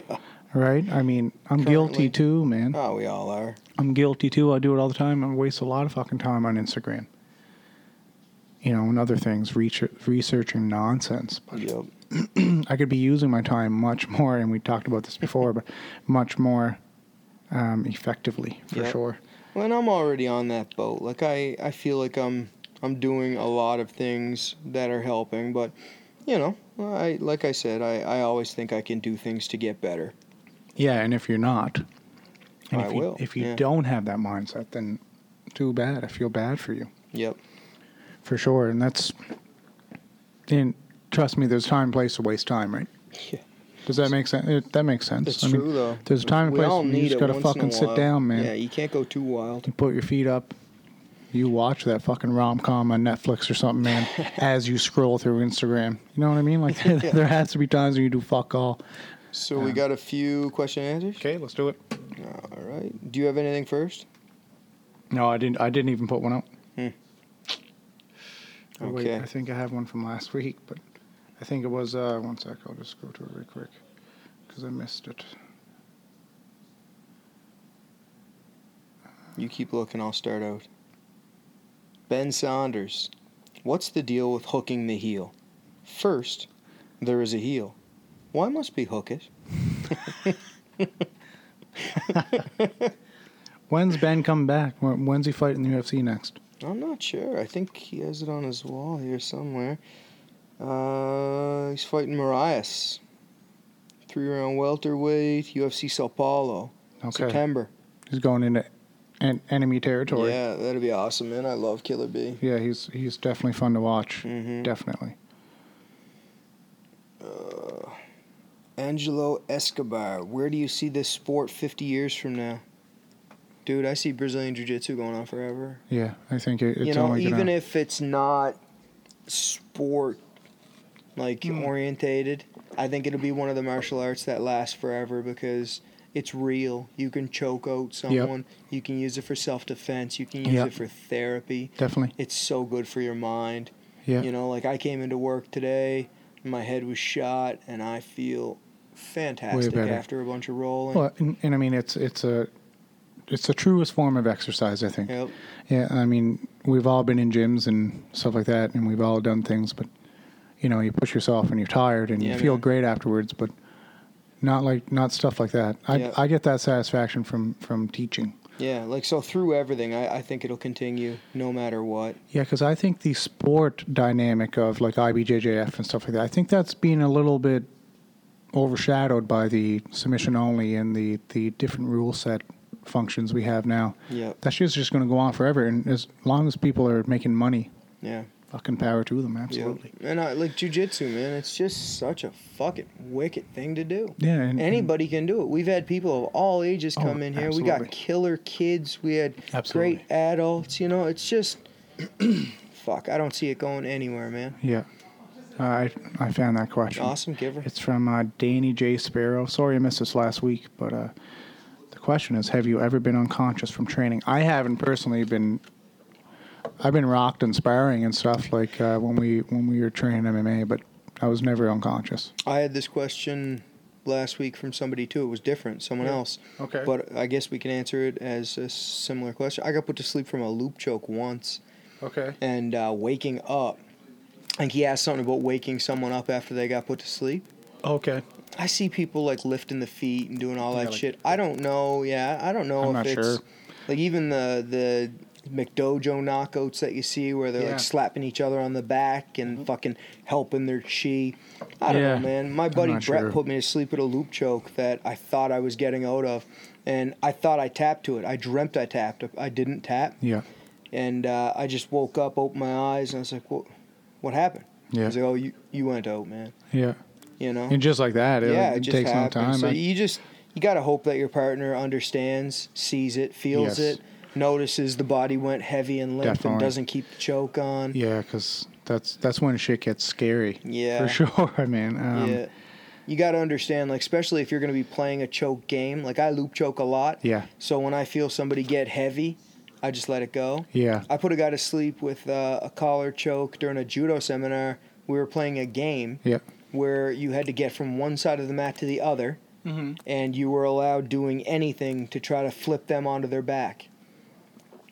Right? I mean, I'm guilty
Currently.
too, man.
Oh, we all are.
I'm guilty too. I do it all the time. I waste a lot of fucking time on Instagram. You know, and other things, research, researching nonsense. But
Yep.
I could be using my time much more, and we talked about this before, but much more um, effectively for
Yep.
sure.
Well, and I'm already on that boat. Like I, I feel like I'm, I'm doing a lot of things that are helping. But, you know, I like I said, I, I always think I can do things to get better.
Yeah, and if you're not, and
Oh, I
if you,
will,
If you
yeah.
don't have that mindset, then too bad. I feel bad for you
Yep.
for sure. And that's and trust me, there's time, and place to waste time, right?
Yeah.
Does that make sense? It, that makes sense.
It's
I mean,
true though.
There's a time and
We
place.
all
and
need
you just
it
gotta
once in a
fucking sit
while.
down, man.
Yeah, you can't go too wild.
You put your feet up. You watch that fucking rom com on Netflix or something, man, as you scroll through Instagram. You know what I mean? Like, there has to be times when you do fuck all.
So we got a few question and answers.
Um, Okay, let's do it.
All right. Do you have anything first?
No, I didn't. I didn't even put one out.
Hmm.
Oh, wait,
Okay.
I think I have one from last week, but I think it was. Uh, one sec. I'll just go to it real quick because I missed it.
You keep looking, I'll start out. Ben Saunders, what's the deal with hooking the heel? First, there is a heel. Why must be hook it?
When's Ben come back? When, when's he fighting the UFC next?
I'm not sure. I think he has it on his wall here somewhere. Uh, he's fighting Marias. Three round welterweight, UFC Sao Paulo,
Okay,
September.
he's going into en- enemy territory.
Yeah, that'd be awesome, man. I love Killer B.
Yeah, he's he's definitely fun to watch.
Mhm.
Definitely.
Angelo Escobar. Where do you see this sport 50 years from now? Dude, I see Brazilian Jiu Jitsu going on forever.
Yeah, I think it, it's
you know,
only
even
gonna.
if it's not sport like
Hmm.
orientated, I think it'll be one of the martial arts that lasts forever because it's real. You can choke out someone. You can use it for self defense. You can use
Yep.
it for therapy.
definitely.
It's so good for your mind.
Yeah.
You know, like I came into work today, my head was shot, and I feel fantastic
better.
after a bunch of rolling.
well, and, and I mean, it's it's a it's the truest form of exercise. I think.
Yep.
Yeah, I mean, we've all been in gyms and stuff like that, and we've all done things, but you know, you push yourself and you're tired and
Yeah,
you feel
man.
great afterwards, but not like not stuff like that. I,
Yeah.
I get that satisfaction from from teaching.
Yeah, like so through everything, I, I think it'll continue no matter what.
Yeah, because I think the sport dynamic of like IBJJF and stuff like that, I think that's being a little bit overshadowed by the submission only and the the different rule set functions we have now.
Yep.
That shit's just going to go on forever, and as long as people are making money,
Yeah.
fucking power to them, absolutely.
Yeah. And I like jujitsu, man. It's just such a fucking wicked thing to do.
Yeah, and, and-
Anybody can do it. We've had people of all ages
Mm-hmm. Oh,
come in here. We
absolutely.
got killer kids. We had
Absolutely.
great adults. You know, it's just fuck. I don't see it going anywhere, man.
yeah, Uh, I I found that question.
Awesome giver.
It's from uh, Danny J Sparrow. Sorry I missed this last week, but uh, the question is: Have you ever been unconscious from training? I haven't personally been. I've been rocked and sparring and stuff like uh, when we when we were training MMA, but I was never unconscious.
I had this question last week from somebody too. It was different, someone
Yeah.
else.
Okay.
But I guess we can answer it as a similar question. I got put to sleep from a loop choke once.
okay.
and uh, waking up. Like he asked something about waking someone up after they got put to sleep.
Okay.
I see people like lifting the feet and doing all
Yeah,
that
like-
shit. I don't know. Yeah, I don't know
I'm
if
not
it's
sure.
like even the the McDojo knockouts that you see where they're
Yeah. Mm-hmm.
like slapping each other on the back and fucking helping their chi. I don't
Yeah,
know, man. My buddy Brett
not sure.
put me to sleep at a loop choke that I thought I was getting out of, and I thought I tapped to it. I dreamt I tapped. I didn't tap
Yeah.
and uh, I just woke up, opened my eyes, and I was like, "What? What happened?"
Yeah.
I was like, "Oh, you you went out, man.
Yeah.
You know."
And just like that, it,
yeah,
it
it just
takes
happened.
no time.
So
I-
you just you gotta hope that your partner understands, sees it, feels
Yes.
it, notices the body went heavy and limp,
Definitely.
and doesn't keep the choke on.
yeah, because that's that's when shit gets scary.
Yeah.
For sure. I mean. Um,
yeah. You got to understand, like, especially if you're going to be playing a choke game. Like, I loop choke a lot.
Yeah.
So when I feel somebody get heavy, I just let it go.
Yeah.
I put a guy to sleep with uh, a collar choke during a judo seminar. We were playing a game
Yeah.
where you had to get from one side of the mat to the other,
Mhm.
and you were allowed doing anything to try to flip them onto their back.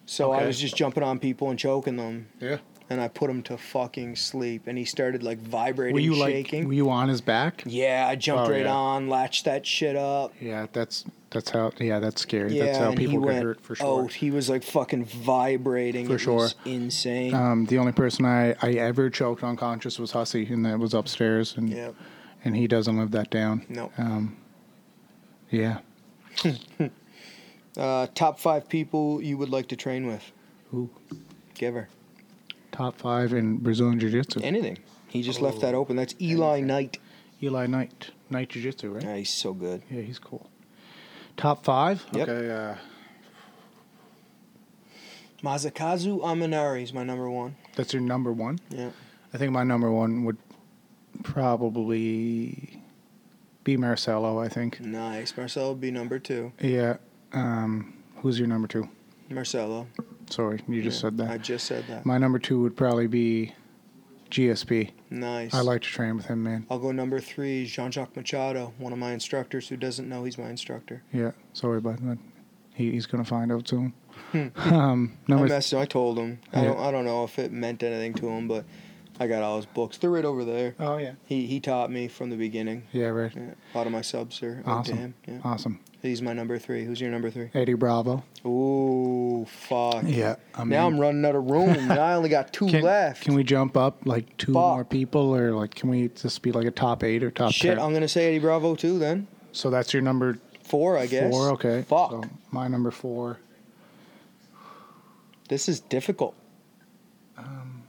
So I
Okay.
was just jumping on people and choking them,
Yeah.
and I put him to fucking sleep. And he started like vibrating,
Were you
shaking.
like? Were you on his back?
Yeah, I jumped
Oh,
right
yeah.
on, latched that shit up.
Yeah, that's that's how. Yeah, that's scary.
Yeah,
that's how
and
people
he
get
went,
hurt for sure.
Oh, he was like fucking vibrating.
For
it
sure.
was insane.
Um, the only person I, I ever choked unconscious was Hussey, and that was upstairs, and
yeah,
and he doesn't live that down.
no.
Um, yeah.
Uh, top five people you would like to train with?
Who?
Give her
Top five in Brazilian Jiu Jitsu.
anything. He just left
Oh.
that open. That's Eli Knight.
Eli Knight, Knight Jiu Jitsu, right?
Yeah, he's so good.
Yeah, he's cool. Top five.
Yep.
Okay. Uh,
Mazakazu Aminari is my number one.
that's your number one.
Yeah.
I think my number one would probably be Marcelo. I think.
Nice. Marcelo would be number two.
Yeah. Um, who's your number two?
Marcelo.
Sorry, you just
Yeah,
said that.
I just said that.
My number two would probably be GSP.
nice.
I like to train with him, man.
I'll go number three, Jean Jacques Machado, one of my instructors who doesn't know he's my instructor.
Yeah, sorry about that. He, he's gonna find out soon.
Hmm.
um, number
I messaged him. I told him. I
Yeah.
don't. I don't know if it meant anything to him, but I got all his books. They're right over there.
oh yeah,
He he taught me from the beginning.
yeah, right.
Yeah, a lot of my subs are owed to
Awesome.
him. Yeah.
Awesome,
He's my number three. Who's your number three?
Eddie Bravo.
Ooh, fuck.
Yeah, I
now I'm running out of room. now I only got two
can,
left.
Can we jump up like two
Fuck.
more people, or like can we just be like a top eight or top
Shit,
10?
I'm gonna say Eddie Bravo too. Then
so that's your number
four, I guess.
four, okay?
Fuck.
So my number four.
This is difficult.
Um,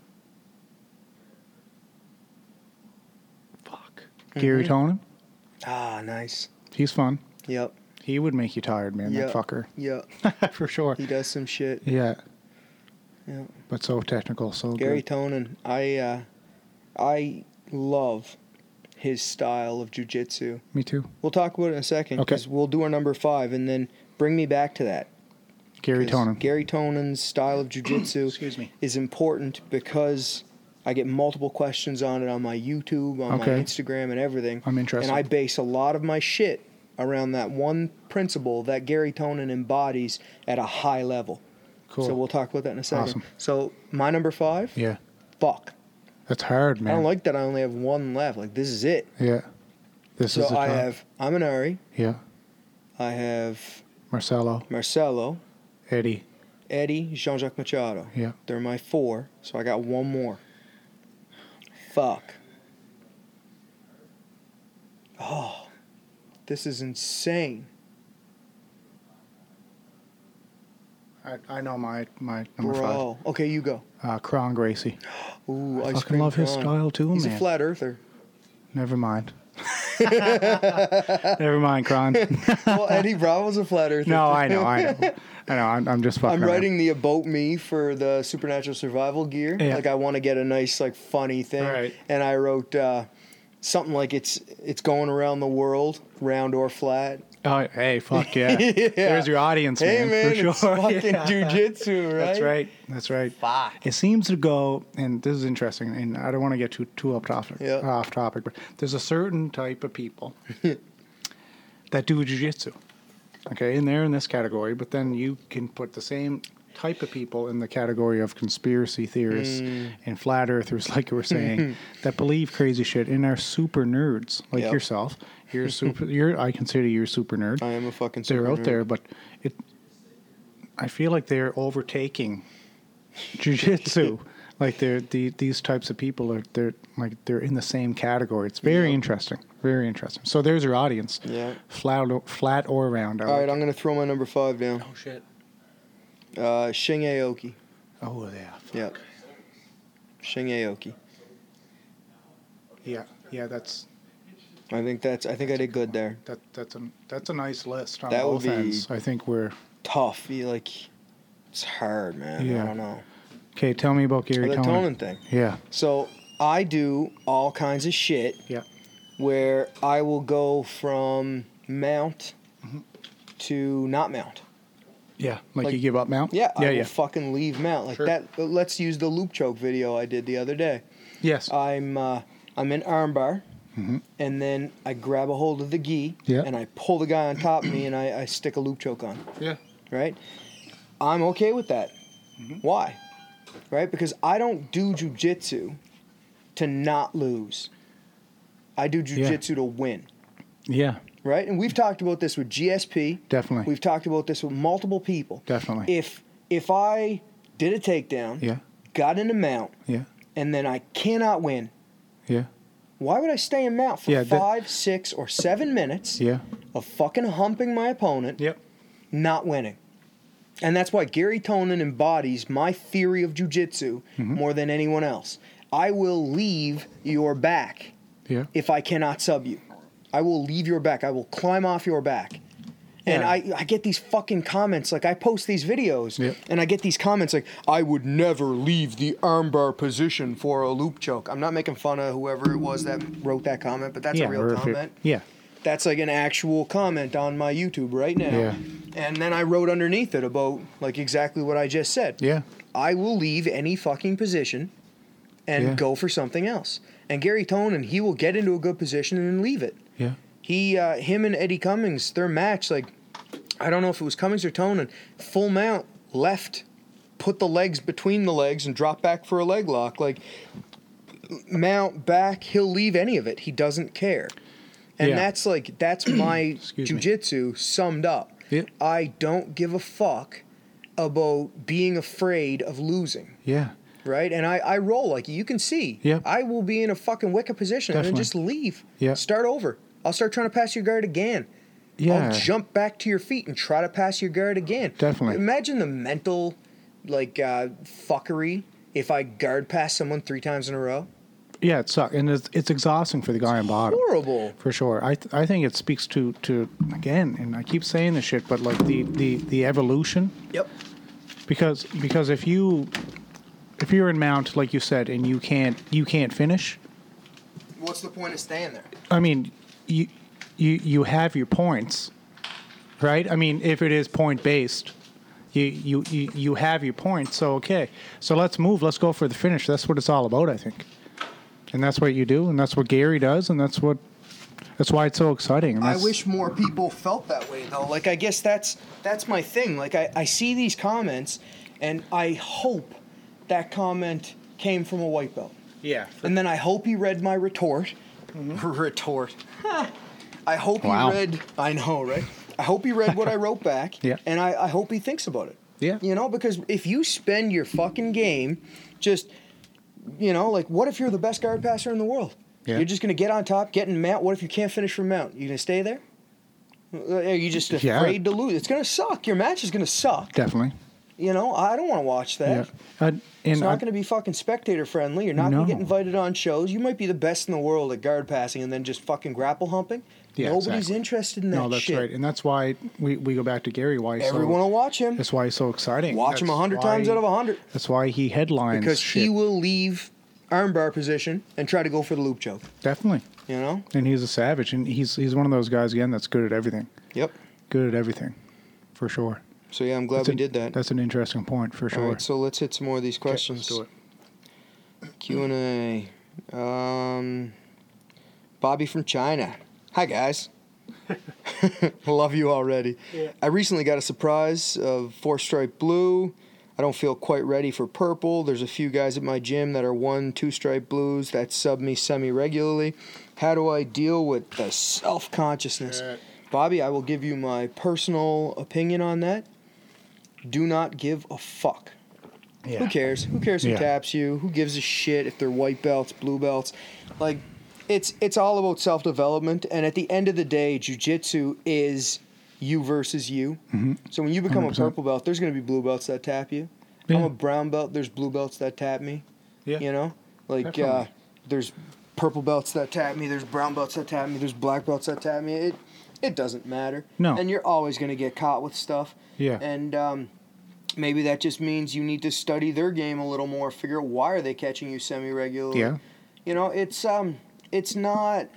fuck. Gary
Mm-hmm.
Tonin.
Ah, nice.
He's fun.
Yep.
He would make you tired, man.
Yeah.
That fucker.
Yep.
For sure.
He does some shit.
Yeah.
Yeah.
But so technical, so
Gary
good.
Tonin, I uh, I love his style of jujitsu.
Me too.
We'll talk about it in a second
Okay.
because we'll do our number five and then bring me back to that.
Gary
'cause
Tonin.
Gary Tonin's style of jujitsu
Excuse me.
is important because I get multiple questions on it on my YouTube, on my
Okay.
Instagram, and everything.
I'm interested.
And I base a lot of my shit around that one principle that Gary Tonin embodies at a high level.
cool.
So we'll talk about that in a second.
Awesome.
So my number five,
yeah.
fuck.
That's hard, man.
I don't like that I only have one left. Like this is it.
yeah. This
So
is a
I
time.
have Aminari,
Yeah.
I have
Marcelo,
Marcelo,
Eddie.
Eddie, Jean-Jacques Machado.
Yeah.
They're my four, so I got one more. Fuck. Oh, this is insane.
I, I know my, my number
Bro. Okay, you go.
five. Uh, Crown Gracie.
Ooh,
I
ice
fucking
cream
love his
cone.
style too,
He's
man.
a flat earther.
Never mind. Never mind, Cron.
Well, Eddie Bravo's a flat earther.
no, I know, I know. I know, I'm, I'm just fucking
I'm
around.
writing the about me for the supernatural survival gear.
Yeah.
Like I want to get a nice like funny thing,
Right.
and I wrote uh, something like it's it's going around the world, round or flat.
Oh, hey, fuck yeah.
Yeah.
There's your audience,
Hey
man,
man,
for sure.
it's fucking
Yeah.
jujitsu, right?
That's right. That's right. It seems to go, and this is interesting, and I don't want to get too too off topic.
Yeah.
Off topic, but there's a certain type of people that do jujitsu. Okay, and they're in this category, but then you can put the same type of people in the category of conspiracy theorists
Mm.
and flat earthers, like you were saying, that believe crazy shit and are super nerds, like
Yep.
yourself. You're super. You're. I consider you a super nerd
I am a fucking.
they're out
superhero.
there, but it. I feel like they're overtaking jujitsu. like they're the, these types of people are they're like they're in the same category. It's very
Yeah.
interesting. Very interesting. So there's your audience.
Yeah.
Flat or, flat or round. I
All right,
like-
I'm gonna throw my number five down. Oh shit. Uh, Shing Aoki.
Oh yeah.
Yeah. Shing Aoki.
Yeah. Yeah. That's
I think that's. I think I did good there.
that. That's a that's a nice list on
That would
both
be-
ends. I think we're
Tough. You like. It's hard, man. I
Yeah.
don't know.
okay. Tell me about Gary
The
Tonin.
Tonin thing.
Yeah.
So I do all kinds of shit
Yeah.
where I will go from mount
Mm-hmm.
to not mount.
Yeah. Like,
Like-
you give up mount.
Yeah, I
Yeah.
will
Yeah.
fucking leave mount like
Sure.
that. uh, Let's use the loop choke video I did the other day.
yes.
I'm uh, I'm in armbar, and then I grab a hold of the gi
Mm-hmm. Yeah.
and I pull the guy on top of me and I, I stick a loop choke on.
yeah.
Right, I'm okay with that.
Mm-hmm.
Why? Right, because I don't do jujitsu to not lose. I do jujitsu to win.
Yeah.
Right, and we've talked about this with GSP.
Definitely.
We've talked about this with multiple people.
Definitely.
If if I did a takedown,
yeah.
got in a mount,
Yeah.
and then I cannot win,
Yeah.
why would I stay in mount for
Yeah, that-
five, six, or seven minutes
Yeah.
of fucking humping my opponent,
Yep.
not winning? And that's why Gary Tonin embodies my theory of jujitsu
Mm-hmm.
more than anyone else. I will leave your back
Yeah.
if I cannot sub you. I will leave your back. I will climb off your back. And
Yeah.
I, I get these fucking comments. Like, I post these videos
Yep.
and I get these comments like, I would never leave the armbar position for a loop choke. I'm not making fun of whoever it was that wrote that comment, but that's
yeah.
a real
or if it-
comment.
Yeah.
That's like an actual comment on my YouTube right now.
Yeah.
And then I wrote underneath it about like exactly what I just said.
Yeah.
I will leave any fucking position and
Yeah.
go for something else. And Gary Tonin, he will get into a good position and then leave it.
Yeah.
He, uh, him and Eddie Cummings, their match, like, I don't know if it was Cummings or Tonin, full mount, left, put the legs between the legs and drop back for a leg lock. Like, mount, back, he'll leave any of it. He doesn't care. And
Yeah.
that's like, that's my
Excuse me.
jujitsu summed up.
Yeah.
I don't give a fuck about being afraid of losing
Yeah.
right? And I, I roll like you can see.
Yep.
I will be in a fucking wicked position and then
Definitely.
just leave.
Yeah.
Start over. I'll start trying to pass your guard again.
Yeah.
I'll jump back to your feet and try to pass your guard again.
Definitely.
Imagine the mental like uh, fuckery if I guard pass someone three times in a row.
Yeah, it sucks, and it's, it's exhausting for the guy on bottom.
Horrible.
for sure. I th- I think it speaks to to again, and I keep saying this shit, but like the the the evolution
Yep.
because because if you if you're in mount like you said and you can't you can't finish,
What's the point of staying there?
I mean, you you you have your points, right? I mean, if it is point based, you you you, you have your points. So okay, so let's move. Let's go for the finish. That's what it's all about, I think. And that's what you do, and that's what Gary does, and that's what that's why it's so exciting. and
I
that's-
wish more people felt that way though. Like I guess that's that's my thing. Like I, I see these comments and I hope that comment came from a white belt.
yeah.
And then I hope he read my retort. retort. I hope
Wow.
he read I know, right? I hope he read what I wrote back.
Yeah.
And I, I hope he thinks about it.
Yeah.
You know, because if you spend your fucking game just you know, like what if you're the best guard passer in the world?
Yeah.
You're just gonna get on top, get in mount. What if you can't finish from mount? You gonna stay there? Are you just
Yeah.
afraid to lose? It's gonna suck. Your match is gonna suck.
Definitely.
You know, I don't want to watch that.
Yeah. I, and
It's not
I-
going to be fucking spectator friendly. You're not going
No.
to get invited on shows. You might be the best in the world at guard passing and then just fucking grapple humping.
Yeah,
Nobody's
exactly.
interested in that
no, that's
shit.
right, and that's why we, we go back to Gary. Why he's so,
Everyone will watch him.
That's why he's so exciting.
Watch him
That's
a hundred times
why-
out of a hundred
That's why he headlines
because
shit.
he will leave armbar position and try to go for the loop choke.
Definitely,
You know.
and he's a savage, and he's he's one of those guys again that's good at everything.
Yep.
Good at everything, for sure.
So yeah, I'm glad
That's
we
an-
did that.
That's an interesting point for sure.
All right, so let's hit some more of these
Okay,
questions.
Let's do it.
Q and A. Um, Bobby from China. Hi guys. Love you already. I recently got a surprise of four stripe blue. I don't feel quite ready for purple. There's a few guys at my gym that are one, two stripe blues that sub me semi regularly. How do I deal with the self consciousness? Bobby, I will give you my personal opinion on that. Do not give a fuck.
Yeah.
Who cares? Who cares who
Yeah.
taps you? Who gives a shit if they're white belts, blue belts? Like, it's it's all about self development. And at the end of the day, jujitsu is you versus you.
Mm-hmm.
So when you become a
100%.
purple belt, there's going to be blue belts that tap you. I'm
Yeah.
a brown belt. There's blue belts that tap me.
Yeah.
You know, like uh,
Definitely.
there's purple belts that tap me. There's brown belts that tap me. There's black belts that tap me. It it doesn't matter.
No.
And you're always going to get caught with stuff.
Yeah.
And um, maybe that just means you need to study their game a little more. Figure out why are they catching you semi regularly.
Yeah.
You know, it's um, it's not.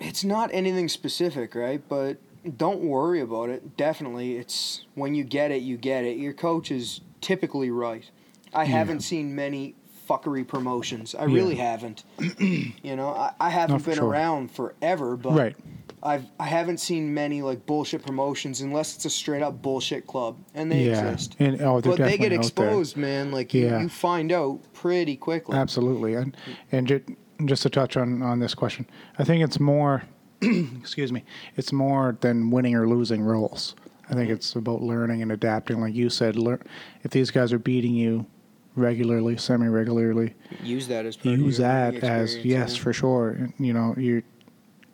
It's not anything specific, right? But don't worry about it. Definitely, it's when you get it, you get it. Your coach is typically right. I haven't seen many fuckery promotions. I really haven't. you know, I, I haven't
for
been
sure.
around forever, but
Right.
I've I haven't seen many like bullshit promotions unless it's a straight up bullshit club, and they
yeah.
exist.
And oh, they're
But they
definitely
get
out there.
exposed, man. Like you,
Yeah.
you find out pretty quickly.
Absolutely, and and ju- just to touch on on this question, I think it's more, excuse me, it's more than winning or losing roles. I think it's about learning and adapting, like you said. Learn if these guys are beating you regularly, semi regularly,
Use that as part of
use
your
that
learning
as
experience,
yes for sure. And, You know, you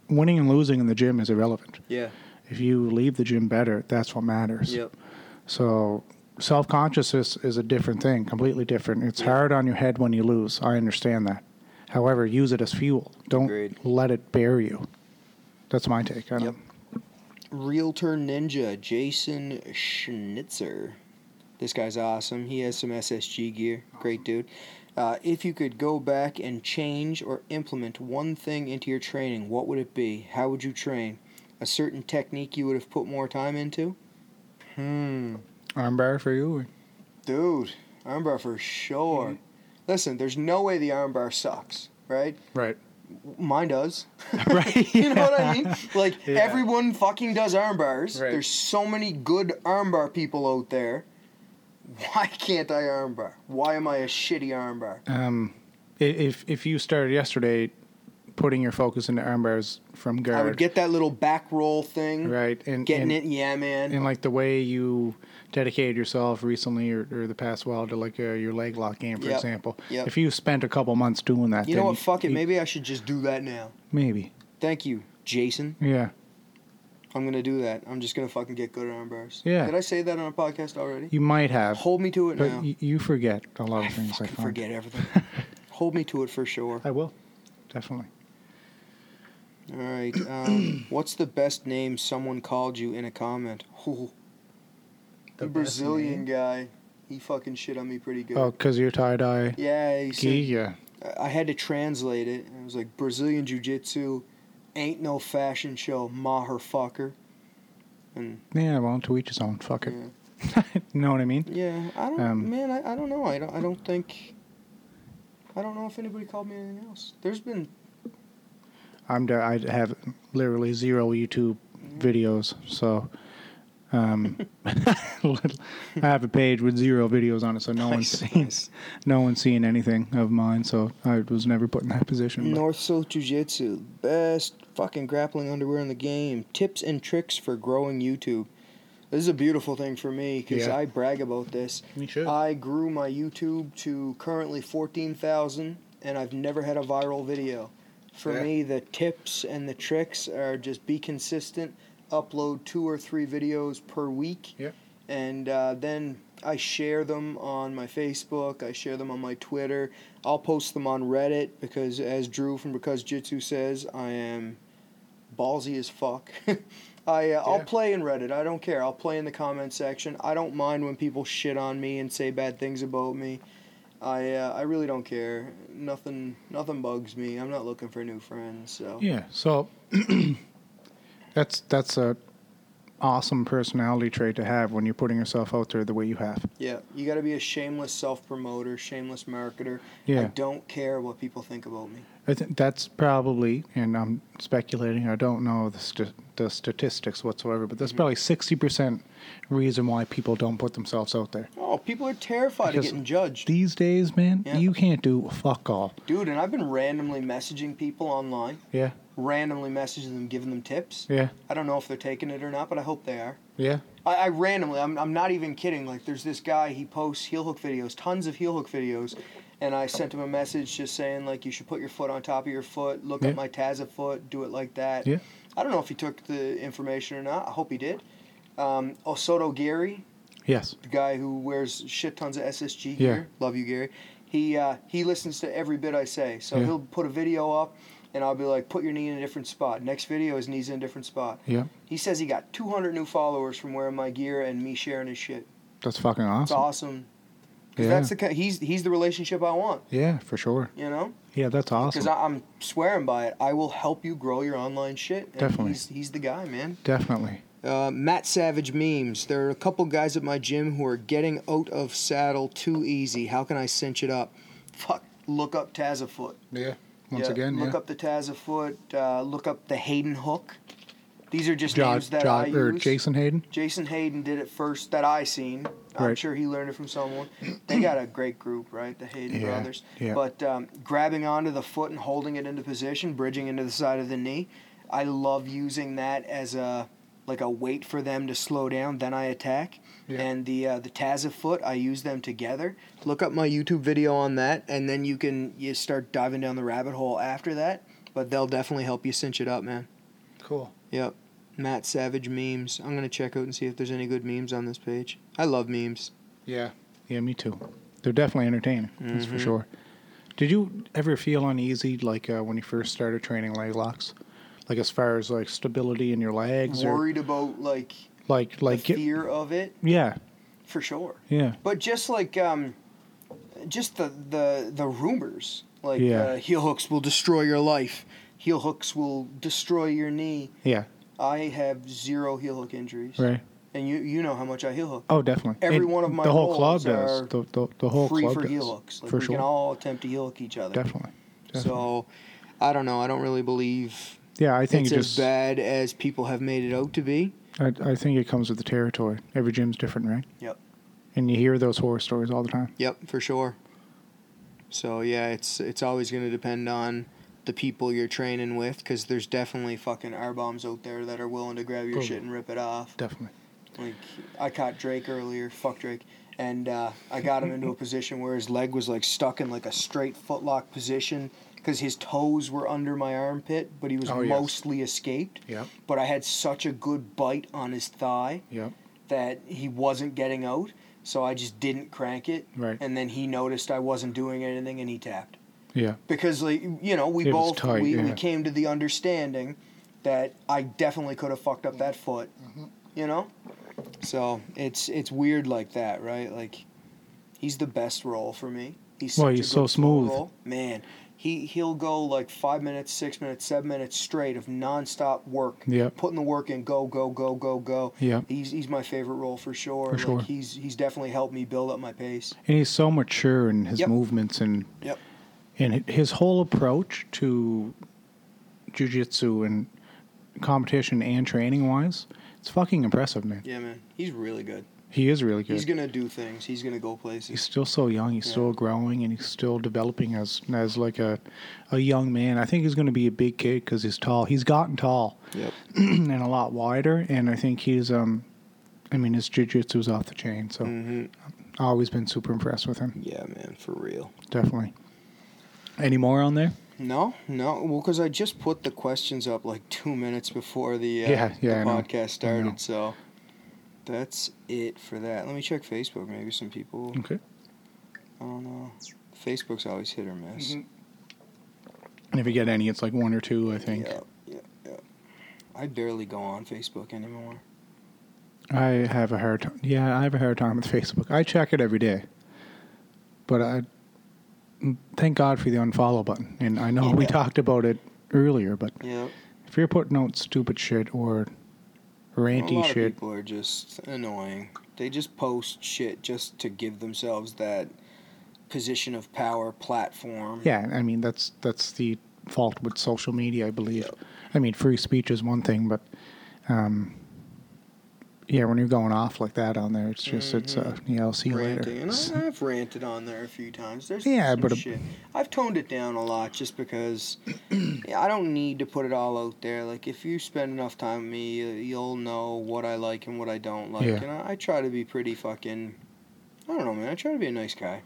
winning and losing in the gym is irrelevant.
Yeah.
If you leave the gym better, that's what matters.
Yep.
So self consciousness is a different thing, completely different. It's hard on your head when you lose. I understand that. However, use it as fuel. Don't
Agreed.
let it bear you. That's my take. I don't,
Yep. Realtor Ninja Jason Schnitzer. This guy's awesome. He has some SSG gear. Great dude. Uh, if you could go back and change or implement one thing into your training, what would it be? How would you train? A certain technique you would have put more time into? Hmm.
Armbar for you.
Dude, armbar for sure. Listen, there's no way the armbar sucks, right?
Right.
Mine does.
Right.
you know what I mean? Like
Yeah.
everyone fucking does arm bars.
Right.
There's so many good arm bar people out there. Why can't I arm bar? Why am I a shitty arm bar?
Um, i- if if you started yesterday, putting your focus into armbars from guard.
I would get that little back roll thing.
right and
Getting
and-
it, yeah, man.
and like the way you dedicated yourself recently or, or the past while to like uh, your leg lock game, for
Yep.
example.
Yep.
If you spent a couple months doing that,
you know
then
what? Fuck it.
you-
Maybe I should just do that now.
maybe.
Thank you, Jason.
Yeah.
I'm gonna do that. I'm just gonna fucking get good at arm bars.
Yeah.
Did I say that on a podcast already?
You might have,
Hold me to it
but
now.
y- you forget a lot of things. I
Fucking
find.
forget everything. Hold me to it for sure.
I will, definitely.
All right. Um, what's the best name someone called you in a comment? Ooh, the, Brazilian guy. He fucking shit on me pretty good.
Oh, because you're tie dye.
yeah, he
Gee,
said,
yeah.
I I had to translate it. and It was like Brazilian Jiu Jitsu ain't no fashion show, maher fucker. And
Yeah, well, to each his own. Fuck it.
yeah,
know what I mean?
yeah I don't,
Um,
man, I, I don't know. I don't, I don't think, I don't know if anybody called me anything else. There's been,
I'm. d- I have literally zero YouTube videos, so um, I have a page with zero videos on it, so no one's
Nice,
seen no one's seen anything of mine. So I was never put in that position. but-
North South Jiu Jitsu, best fucking grappling underwear in the game. Tips and tricks for growing YouTube. This is a beautiful thing for me because
Yeah.
I brag about this.
Me too.
I grew my YouTube to currently 14,000 and I've never had a viral video. For
Yeah.
me, the tips and the tricks are just be consistent, upload two or three videos per week,
Yeah.
and uh, then I share them on my Facebook, I share them on my Twitter, I'll post them on Reddit because, as Drew from Because Jitsu says, I am ballsy as fuck. I uh, I'll
Yeah.
play in Reddit. I don't care. I'll play in the comment section. I don't mind when people shit on me and say bad things about me. I uh, I really don't care. Nothing nothing bugs me. I'm not looking for new friends. So
Yeah. So that's that's a awesome personality trait to have when you're putting yourself out there the way you have.
yeah, you got to be a shameless self promoter, shameless marketer. I
Yeah.
don't care what people think about me.
I think that's probably, and I'm speculating. I don't know the st- the statistics whatsoever, but
Mm-hmm.
that's probably sixty percent reason why people don't put themselves out there
Oh, people are terrified
Because
of getting judged.
these days, man.
Yeah.
You can't do fuck all.
Dude, and I've been randomly messaging people online,
Yeah.
randomly messaging them, giving them tips.
Yeah.
I don't know if they're taking it or not, but I hope they are.
Yeah.
I, I randomly, I'm, I'm not even kidding. Like, there's this guy, he posts heel hook videos, tons of heel hook videos. And I sent him a message just saying, like, you should put your foot on top of your foot, look
Yeah.
at my Taza foot, do it like that.
Yeah.
I don't know if he took the information or not. I hope he did. Um, Osoto Gary,
Yes.
the guy who wears shit tons of SSG
Yeah.
gear, love you, Gary, he, uh, he listens to every bit I say. So
Yeah.
he'll put a video up, and I'll be like, put your knee in a different spot. Next video, his knee's in a different spot.
Yeah.
He says he got 200 new followers from wearing my gear and me sharing his shit.
That's fucking
It's
awesome.
awesome. 'Cause
Yeah.
that's the ki- he's he's the relationship I want,
yeah, for sure.
you know.
Yeah, that's
Because
awesome.
I'm swearing by it. I will help you grow your online shit. And
Definitely.
He's, he's the guy, man.
Definitely.
Uh, Matt Savage memes. There are a couple guys at my gym who are getting out of saddle too easy. How can I cinch it up? Fuck. Look up Tazafoot.
Yeah. Once
Yeah,
again,
look
yeah.
up the Tazafoot. Uh, look up the Hayden Hook. These are just
Jod,
names that I
Jod,
use.
or Jason Hayden.
Jason Hayden did it first that I seen. I'm
Right.
sure he learned it from someone. They got a great group, right? The Hayden
Yeah,
brothers.
yeah.
But um, grabbing onto the foot and holding it into position, bridging into the side of the knee. I love using that as a like a wait for them to slow down, then I attack.
Yeah.
And the uh, the Taza foot, I use them together. Look up my YouTube video on that, and then you can you start diving down the rabbit hole after that. But they'll definitely help you cinch it up, man.
Cool.
Yep. Matt Savage memes. I'm gonna check out and see if there's any good memes on this page. I love memes.
Yeah. Yeah, me too. They're definitely entertaining. That's
Mm-hmm.
for sure. Did you ever feel uneasy like uh, when you first started training leg locks? Like as far as like stability in your legs or
Worried about like,
like like
the
get-
fear of it
yeah,
for sure.
yeah.
But just like um, just the the the rumors like
Yeah.
uh, heel hooks will destroy your life. Heel hooks will destroy your knee.
Yeah,
I have zero heel hook injuries,
right.
and you you know how much I heel hook.
Oh, definitely.
Every
And
one of my
the whole club
roles
does.
are
The, the, the whole
Free
club
for
does.
heel hooks. Like
for
we
sure.
can all attempt to heel hook each other.
definitely. definitely.
So, I don't know. I don't really believe
yeah, I think
it's
it just
as bad as people have made it out to be.
I, I think it comes with the territory. Every gym's different, right?
Yep.
And you hear those horror stories all the time.
Yep, for sure. So yeah, it's it's always going to depend on the people you're training with because there's definitely fucking R bombs out there that are willing to grab your
Boom.
shit and rip it off.
Definitely.
Like I caught Drake earlier. Fuck Drake. And uh, I got him into a position where his leg was like stuck in like a straight footlock position because his toes were under my armpit, but he was
Oh, yes.
mostly escaped.
Yep.
But I had such a good bite on his thigh
Yep.
that he wasn't getting out, so I just didn't crank it.
Right.
And then he noticed I wasn't doing anything, and he tapped
Yeah.
because like you know we
It was
both
tight,
we, we
yeah.
came to the understanding that I definitely could have fucked up that foot, you know. So it's it's weird like that, right? Like he's the best role for me. He's
Well,
such a
he's so
good slow
smooth.
roll. man. He he'll go like five minutes, six minutes, seven minutes straight of nonstop work.
Yep.
putting the work in, go go go go go.
Yep.
he's he's my favorite role for sure.
For sure.
Like, he's he's definitely helped me build up my pace.
And he's so mature in his
Yep.
movements and
Yep.
and his whole approach to jujitsu and competition and training wise, it's fucking impressive, man.
Yeah, man, he's really good.
He is really good.
He's gonna do things. He's gonna go
he's
places.
still so young. He's
Yeah.
still growing, and he's still developing as as like a a young man. I think he's going to be a big kid because he's tall. He's gotten tall
Yep.
and a lot wider, and I think he's um, I mean his jujitsu's off the chain. So
Mm-hmm.
I've always been super impressed with him.
Yeah, man, for real.
Definitely. Any more on there?
No, no. Well, because I just put the questions up like two minutes before the uh,
Yeah, yeah, I
the
know. Mm-hmm.
podcast
I know.
started. So that's it for that. Let me check Facebook. Maybe some people.
Okay.
I don't know. Facebook's always hit or miss.
Mm-hmm. And if you get any, it's like one or two, I think.
Yeah, yeah, yeah. I barely go on Facebook anymore.
I have a hard time. Yeah, I have a hard time with Facebook. I check it every day, but I thank God for the unfollow button. And I know we
Yeah.
talked about it earlier, but
Yeah.
if you're putting out stupid shit or
A
ranty
lot of
shit,
people are just annoying. They just post shit just to give themselves that position of power platform.
yeah, I mean that's that's the fault with social media, I believe.
Yeah.
I mean, free speech is one thing, but um, yeah, when you're going off like that on there, it's just it's uh,
Mm-hmm.
yeah, I'll see you
ranting,
later.
and
S-
I, I've ranted on there a few times. There's
Yeah,
yeah,
but a-
shit. I've toned it down a lot just because yeah, I don't need to put it all out there. Like if you spend enough time with me, you- you'll know what I like and what I don't like.
Yeah.
And I, I try to be pretty fucking. I don't know, man. I try to be a nice guy.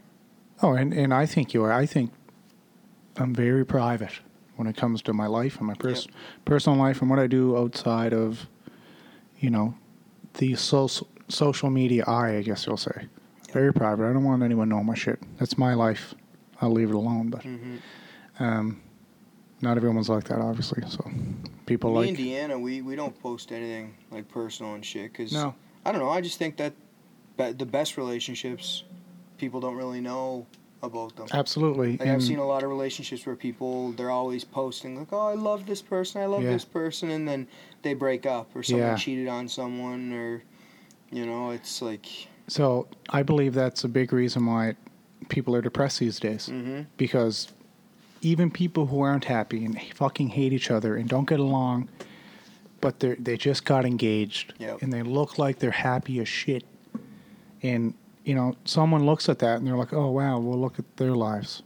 Oh, and, and I think you are. I think I'm very private when it comes to my life and my pers- personal life and what I do outside of, you know, the social social media eye, I guess you'll say. Very private. I don't want anyone knowing my shit. That's my life. I'll leave it alone. But
Mm-hmm.
um, not everyone's like that, obviously. So people
me
like
and Deanna, we we don't post anything like personal and shit. Cause
no.
I don't know. I just think that be- the best relationships, people don't really know about them.
Absolutely.
Like I've
And-
seen a lot of relationships where people they're always posting like, "Oh, I love this person, I love
Yeah.
this person," and then they break up or someone
Yeah.
cheated on someone or, you know, it's like,
so I believe that's a big reason why people are depressed these days.
hmm
because even people who aren't happy and fucking hate each other and don't get along, but they they just got engaged
Yep.
and they look like they're happy as shit, and you know someone looks at that and they're like, oh wow, well look at their lives,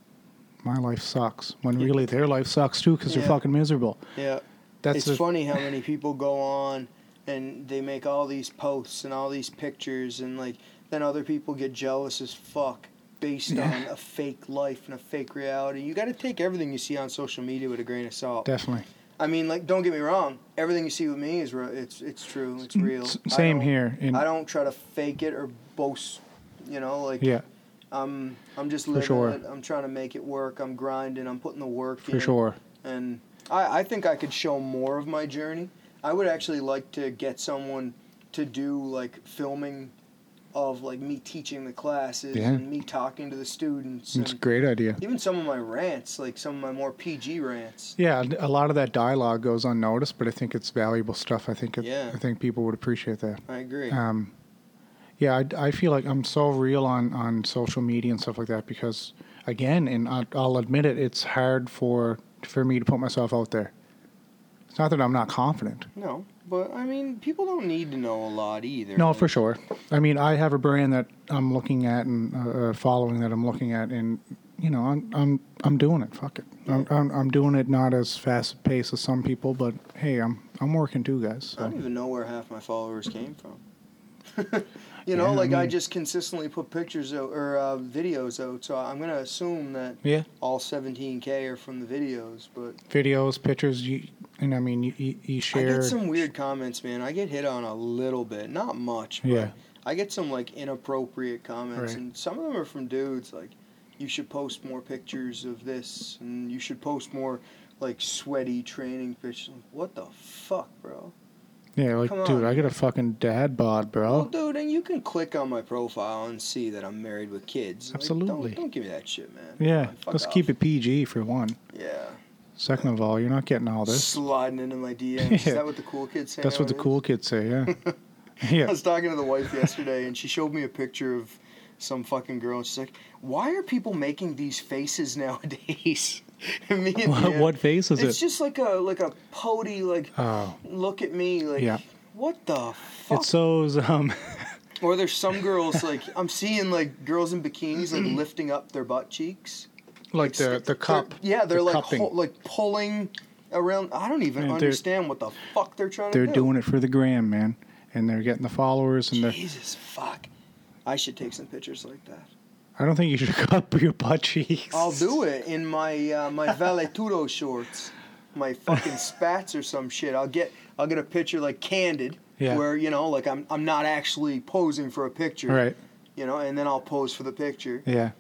my life sucks. When really their life sucks too because they're
Yeah.
fucking miserable.
yeah.
That's
it's
the-
funny how many people go on and they make all these posts and all these pictures and like then other people get jealous as fuck based on a fake life and a fake reality. You got to take everything you see on social media with a grain of salt.
definitely
I mean, like, don't get me wrong. Everything you see with me is re- it's it's true. It's real.
S-
I
same
don't-
here. In,
I don't try to fake it or boast. You know, like
yeah,
I'm I'm just living
sure.
it. I'm trying to make it work. I'm grinding. I'm putting the work
for
in.
sure.
And I I think I could show more of my journey. I would actually like to get someone to do like filming of like me teaching the classes
Yeah.
and me talking to the students
It's a
and
great idea.
even some of my rants, like some of my more PG rants.
Yeah, and a lot of that dialogue goes unnoticed, but I think it's valuable stuff. I think it,
Yeah.
I think people would appreciate that.
I agree.
Um, yeah, I, I feel like I'm so real on, on social media and stuff like that because, again, and I, I'll admit it, it's hard for for me to put myself out there. It's not that I'm not confident.
No, but I mean, people don't need to know a lot either.
No,
Like,
for sure. I mean, I have a brand that I'm looking at and uh, uh, following that I'm looking at, and you know, I'm I'm I'm doing it. Fuck it. I'm I'm, I'm doing it not as fast paced as some people, but hey, I'm I'm working too, guys.
I
So.
don't even know where half my followers came from. You know,
Yeah, I
like I,
mean-
just consistently put pictures out, or uh, videos out, so I'm gonna assume that
Yeah.
all 17k are from the videos. But
Videos, pictures, you, and I mean, you, you, you
I
share.
get some weird comments, man. I get hit on a little bit, not much. But
Yeah.
I get some like inappropriate comments,
Right.
and some of them are from dudes like, "You should post more pictures of this, and you should post more like sweaty training pictures." What the fuck, bro?
yeah, like,
come
dude,
on.
I got a fucking dad bod,
Well,
bro.
dude, and you can click on my profile and see that I'm married with kids. Like, don't-
Absolutely.
don't, give me that shit, man.
Yeah,
Come on, fuck
let's
off.
keep it PG for one.
Yeah.
Second of all, you're not getting all this.
Sliding into my DMs. Is
Yeah.
that what the cool kids say?
That's what the
nowadays?
cool kids say, yeah.
I
yeah.
was talking to the wife yesterday, and she showed me a picture of some fucking girl, and she's like, "Why are people making these faces nowadays?" and me and
What,
Dan-
what face is
It's
it?
just like a like a pody like
Oh,
look at me like
Yeah.
what the fuck?
it's those. Um,
or there's some girls like I'm seeing like girls in bikinis like lifting up their butt cheeks.
like the the
They're-
cup.
yeah, they're
the
like
cupping.
hol- like pulling around. I don't even
Yeah, they're-
understand what the fuck they're trying
they're
to do.
doing it for the gram, man, and they're getting the followers. And they're,
Jesus fuck. I should take some pictures like that.
I don't think you should cup your butt cheeks.
I'll do it in my uh, my valetudo shorts, my fucking spats or some shit. I'll get I'll get a picture like candid,
Yeah.
where you know like I'm I'm not actually posing for a picture,
Right.
You know, and then I'll pose for the picture.
Yeah.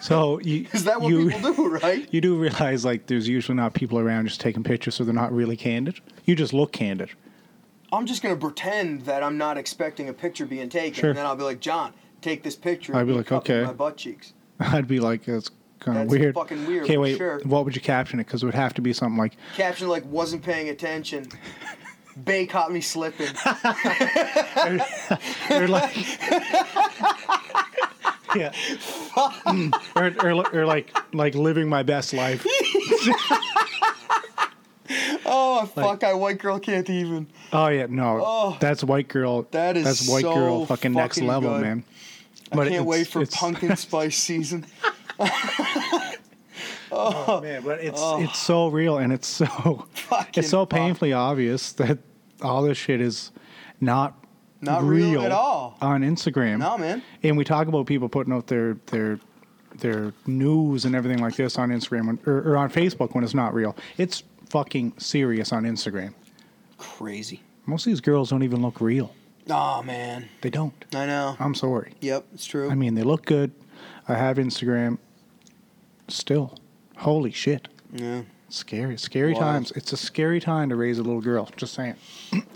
So you
Is that what
you,
people do, right?
You do realize like there's usually not people around just taking pictures, so they're not really candid. You just look candid.
I'm just gonna pretend that I'm not expecting a picture being taken,
Sure.
and then I'll be like, John, take this picture.
I'd
of
be
me
like,
cupping
okay.
my butt cheeks.
I'd be like, that's kind of
That's
weird.
fucking weird,
Okay,
but
wait.
sure.
What would you caption it? Because it would have to be something like
Caption like wasn't paying attention. Bay caught me slipping.
or like yeah Mm. or, or, or like like living my best life
oh fuck! I white girl can't even.
oh yeah no
Oh.
that's white girl
That is
that's white girl
so
fucking next
fucking
level
good.
man
I can't
it's-
wait for
it's-
pumpkin spice season.
man but it's
Oh.
it's so real and it's so
Fucking
it's so
fuck.
painfully obvious that all this shit is not
Not real at all.
on instagram
No, man.
and we talk about people putting out their their their news and everything like this on Instagram when, or, or on Facebook when it's not real. It's fucking serious on Instagram.
Crazy.
Most of these girls don't even look real.
Oh man,
They don't.
I know.
I'm sorry.
Yep, it's true.
I mean, they look good. I have Instagram. Still, holy shit,
yeah,
scary, scary
Wild.
times. It's a scary time to raise a little girl. Just saying.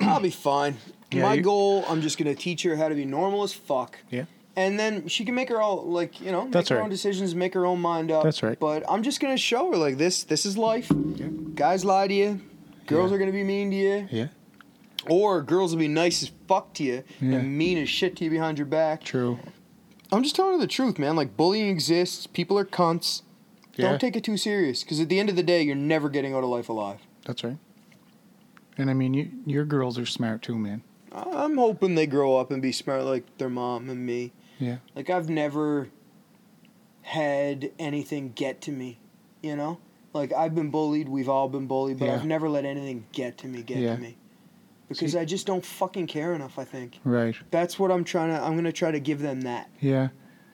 I'll be fine.
Yeah,
My
you-
goal, I'm just gonna teach her how to be normal as fuck.
Yeah.
And then she can make her own, like you know, make
That's
her
right.
own decisions, make her own mind up.
That's right.
But I'm just gonna show her like this. This is life.
Yeah.
Guys lie to you. Girls
Yeah.
are gonna be mean to you,
Yeah.
or girls will be nice as fuck to you
Yeah.
and mean as shit to you behind your back.
True.
I'm just telling her the truth, man. Like bullying exists. People are cunts.
Yeah.
Don't take it too serious, because at the end of the day, you're never getting out of life alive.
That's right. And I mean, you, your girls are smart too, man.
I- I'm hoping they grow up and be smart like their mom and me.
Yeah.
Like I've never had anything get to me, you know. Like I've been bullied. We've all been bullied, but
Yeah.
I've never let anything get to me. Get
Yeah.
to me. Because
See-
I just don't fucking care enough. I think
Right.
that's what I'm trying to. I'm gonna try to give them that.
Yeah.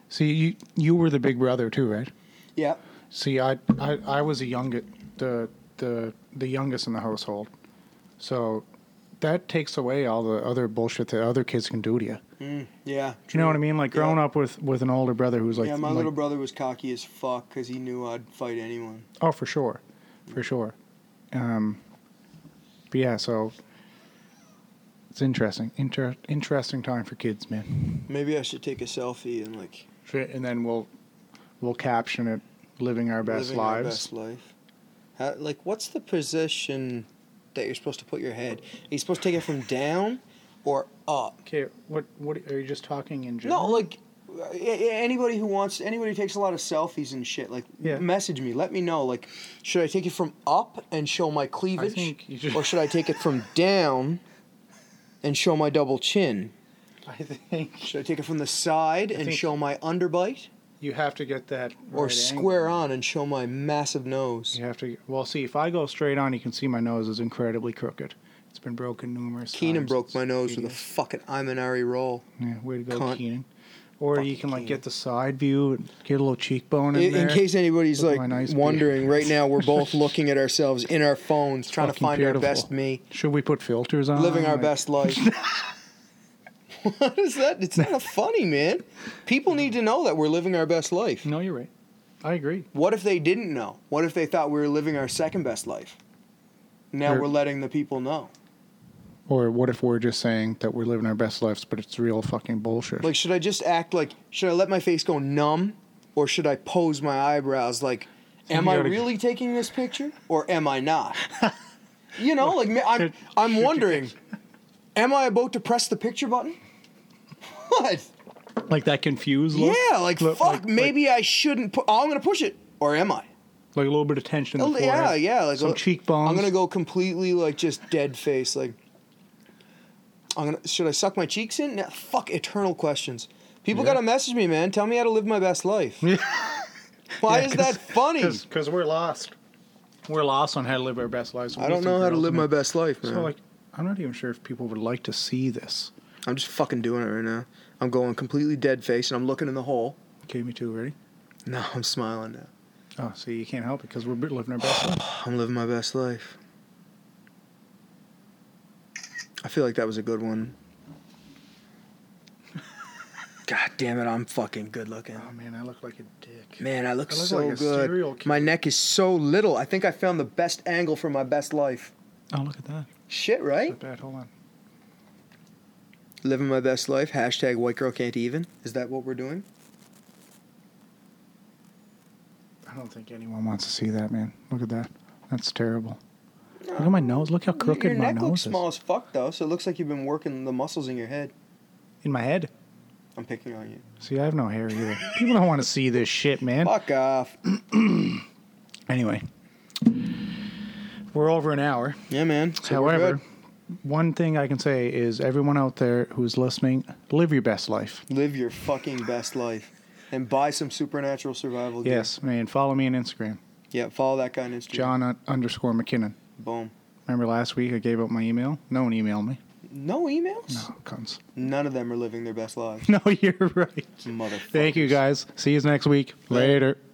See, you you were the big brother too, right?
Yeah.
See, I I, I was the youngest, the the the youngest in the household, so that takes away all the other bullshit that other kids can do to you.
Mm, yeah.
You know what I mean? Like
Yeah.
growing up with with an older brother who's like,
yeah, my
like-
little brother was cocky as fuck because he knew I'd fight anyone.
oh, for sure, for sure. Um, but yeah, so it's interesting, inter- interesting time for kids, man.
Maybe I should take a selfie and like
Shit, And then we'll we'll caption it, living our best
living
lives.
Our best life. How, like, what's the position that you're supposed to put your head? Are you supposed to take it from down or up?
Okay, what what are you just talking in general?
No, like a- a- anybody who wants, anybody who takes a lot of selfies and shit, like
Yeah.
message me, let me know. Like, should I take it from up and show my cleavage,
think you should-
or should I take it from down and show my double chin?
I think
Should I take it from the side and
think-
show my underbite,
you have to get that
or
right
square
angle.
on and show my massive nose?
You have to well see if I go straight on, you can see my nose is incredibly crooked. It's been broken numerous
Keenan
times.
broke my nose with a fucking Imanari roll.
Yeah, way to go,
Cunt.
Keenan. Or you
Fucking
can like
Keenan.
get the side view, and get a little cheekbone in,
In, in
there.
case anybody's
Look at
like
my nice beard.
wondering, right now we're both looking at ourselves in our phones, trying to
Fucking
find
beautiful.
our best me,
Should we put filters on?
living our
Like,
best life. what is that? It's not funny, man. People need to know that we're living our best life.
No, you're right. I agree.
What if they didn't know? What if they thought we were living our second best life? Now
Or-
we're letting the people know.
Or what if we're just saying that we're living our best lives, but it's real fucking bullshit?
Like, should I just act like, should I let my face go numb? Or should I pose my eyebrows like,
Think
am
you
I
gotta-
really taking this picture or am I not? you know, like, ma- I'm,
should- should
I'm
you-
wondering, am I about to press the picture button? What?
Like that confused look.
Yeah, like,
Look,
fuck,
like-
maybe I shouldn't, pu- oh, I'm going to push it. Or am I?
like, like a little bit of tension. In
Oh,
the
yeah,
forehead,
yeah. Like
some
uh,
cheekbones.
I'm gonna go completely like just dead face. Like I'm gonna should I suck my cheeks in? Nah, fuck eternal questions. People
Yeah.
gotta message me, man. Tell me how to live my best life. Why is that funny?
Because we're lost. We're lost on how to live our best lives.
I don't know how to live my best life, man.
So like, I'm not even sure if people would like to see this.
I'm just fucking doing it right now. I'm going completely dead face and I'm looking in the hole.
Okay, me too. Ready?
No, I'm smiling now.
Oh, see, you can't help it because we're living our best life.
I'm living my best life. I feel like that was a good one. God damn it, I'm fucking good looking.
Oh man, I look like a dick.
Man, I look,
I look
so
like a serial
good.
killer.
My neck is so little. I think I found the best angle for my best life.
Oh, look at that.
Shit, right?
Not bad. Hold on.
Living my best life. Hashtag white girl can't even. Is that what we're doing?
I don't think anyone wants to see that, man. Look at that. That's terrible. Look at my nose. Look how crooked
your
my
neck
nose
looks
is.
small as fuck though, so it looks like you've been working the muscles in your head.
In my head.
I'm picking on you.
See, I have no hair either. People don't want to see this shit, man.
Fuck off.
Anyway, we're over an hour.
Yeah, man. So we're
However, one thing I can say is everyone out there who's listening, live your best life.
good. live your fucking best life and buy some supernatural survival gear.
Yes, man. Follow me on Instagram,
Yeah, follow that guy on Instagram.
John un- underscore McKinnon.
Boom.
Remember last week I gave out my email? No one emailed me.
No emails?
No, cunts.
None of them are living their best lives.
No, you're right.
Motherfucker.
Thank you guys. See you next week.
Later.
Later.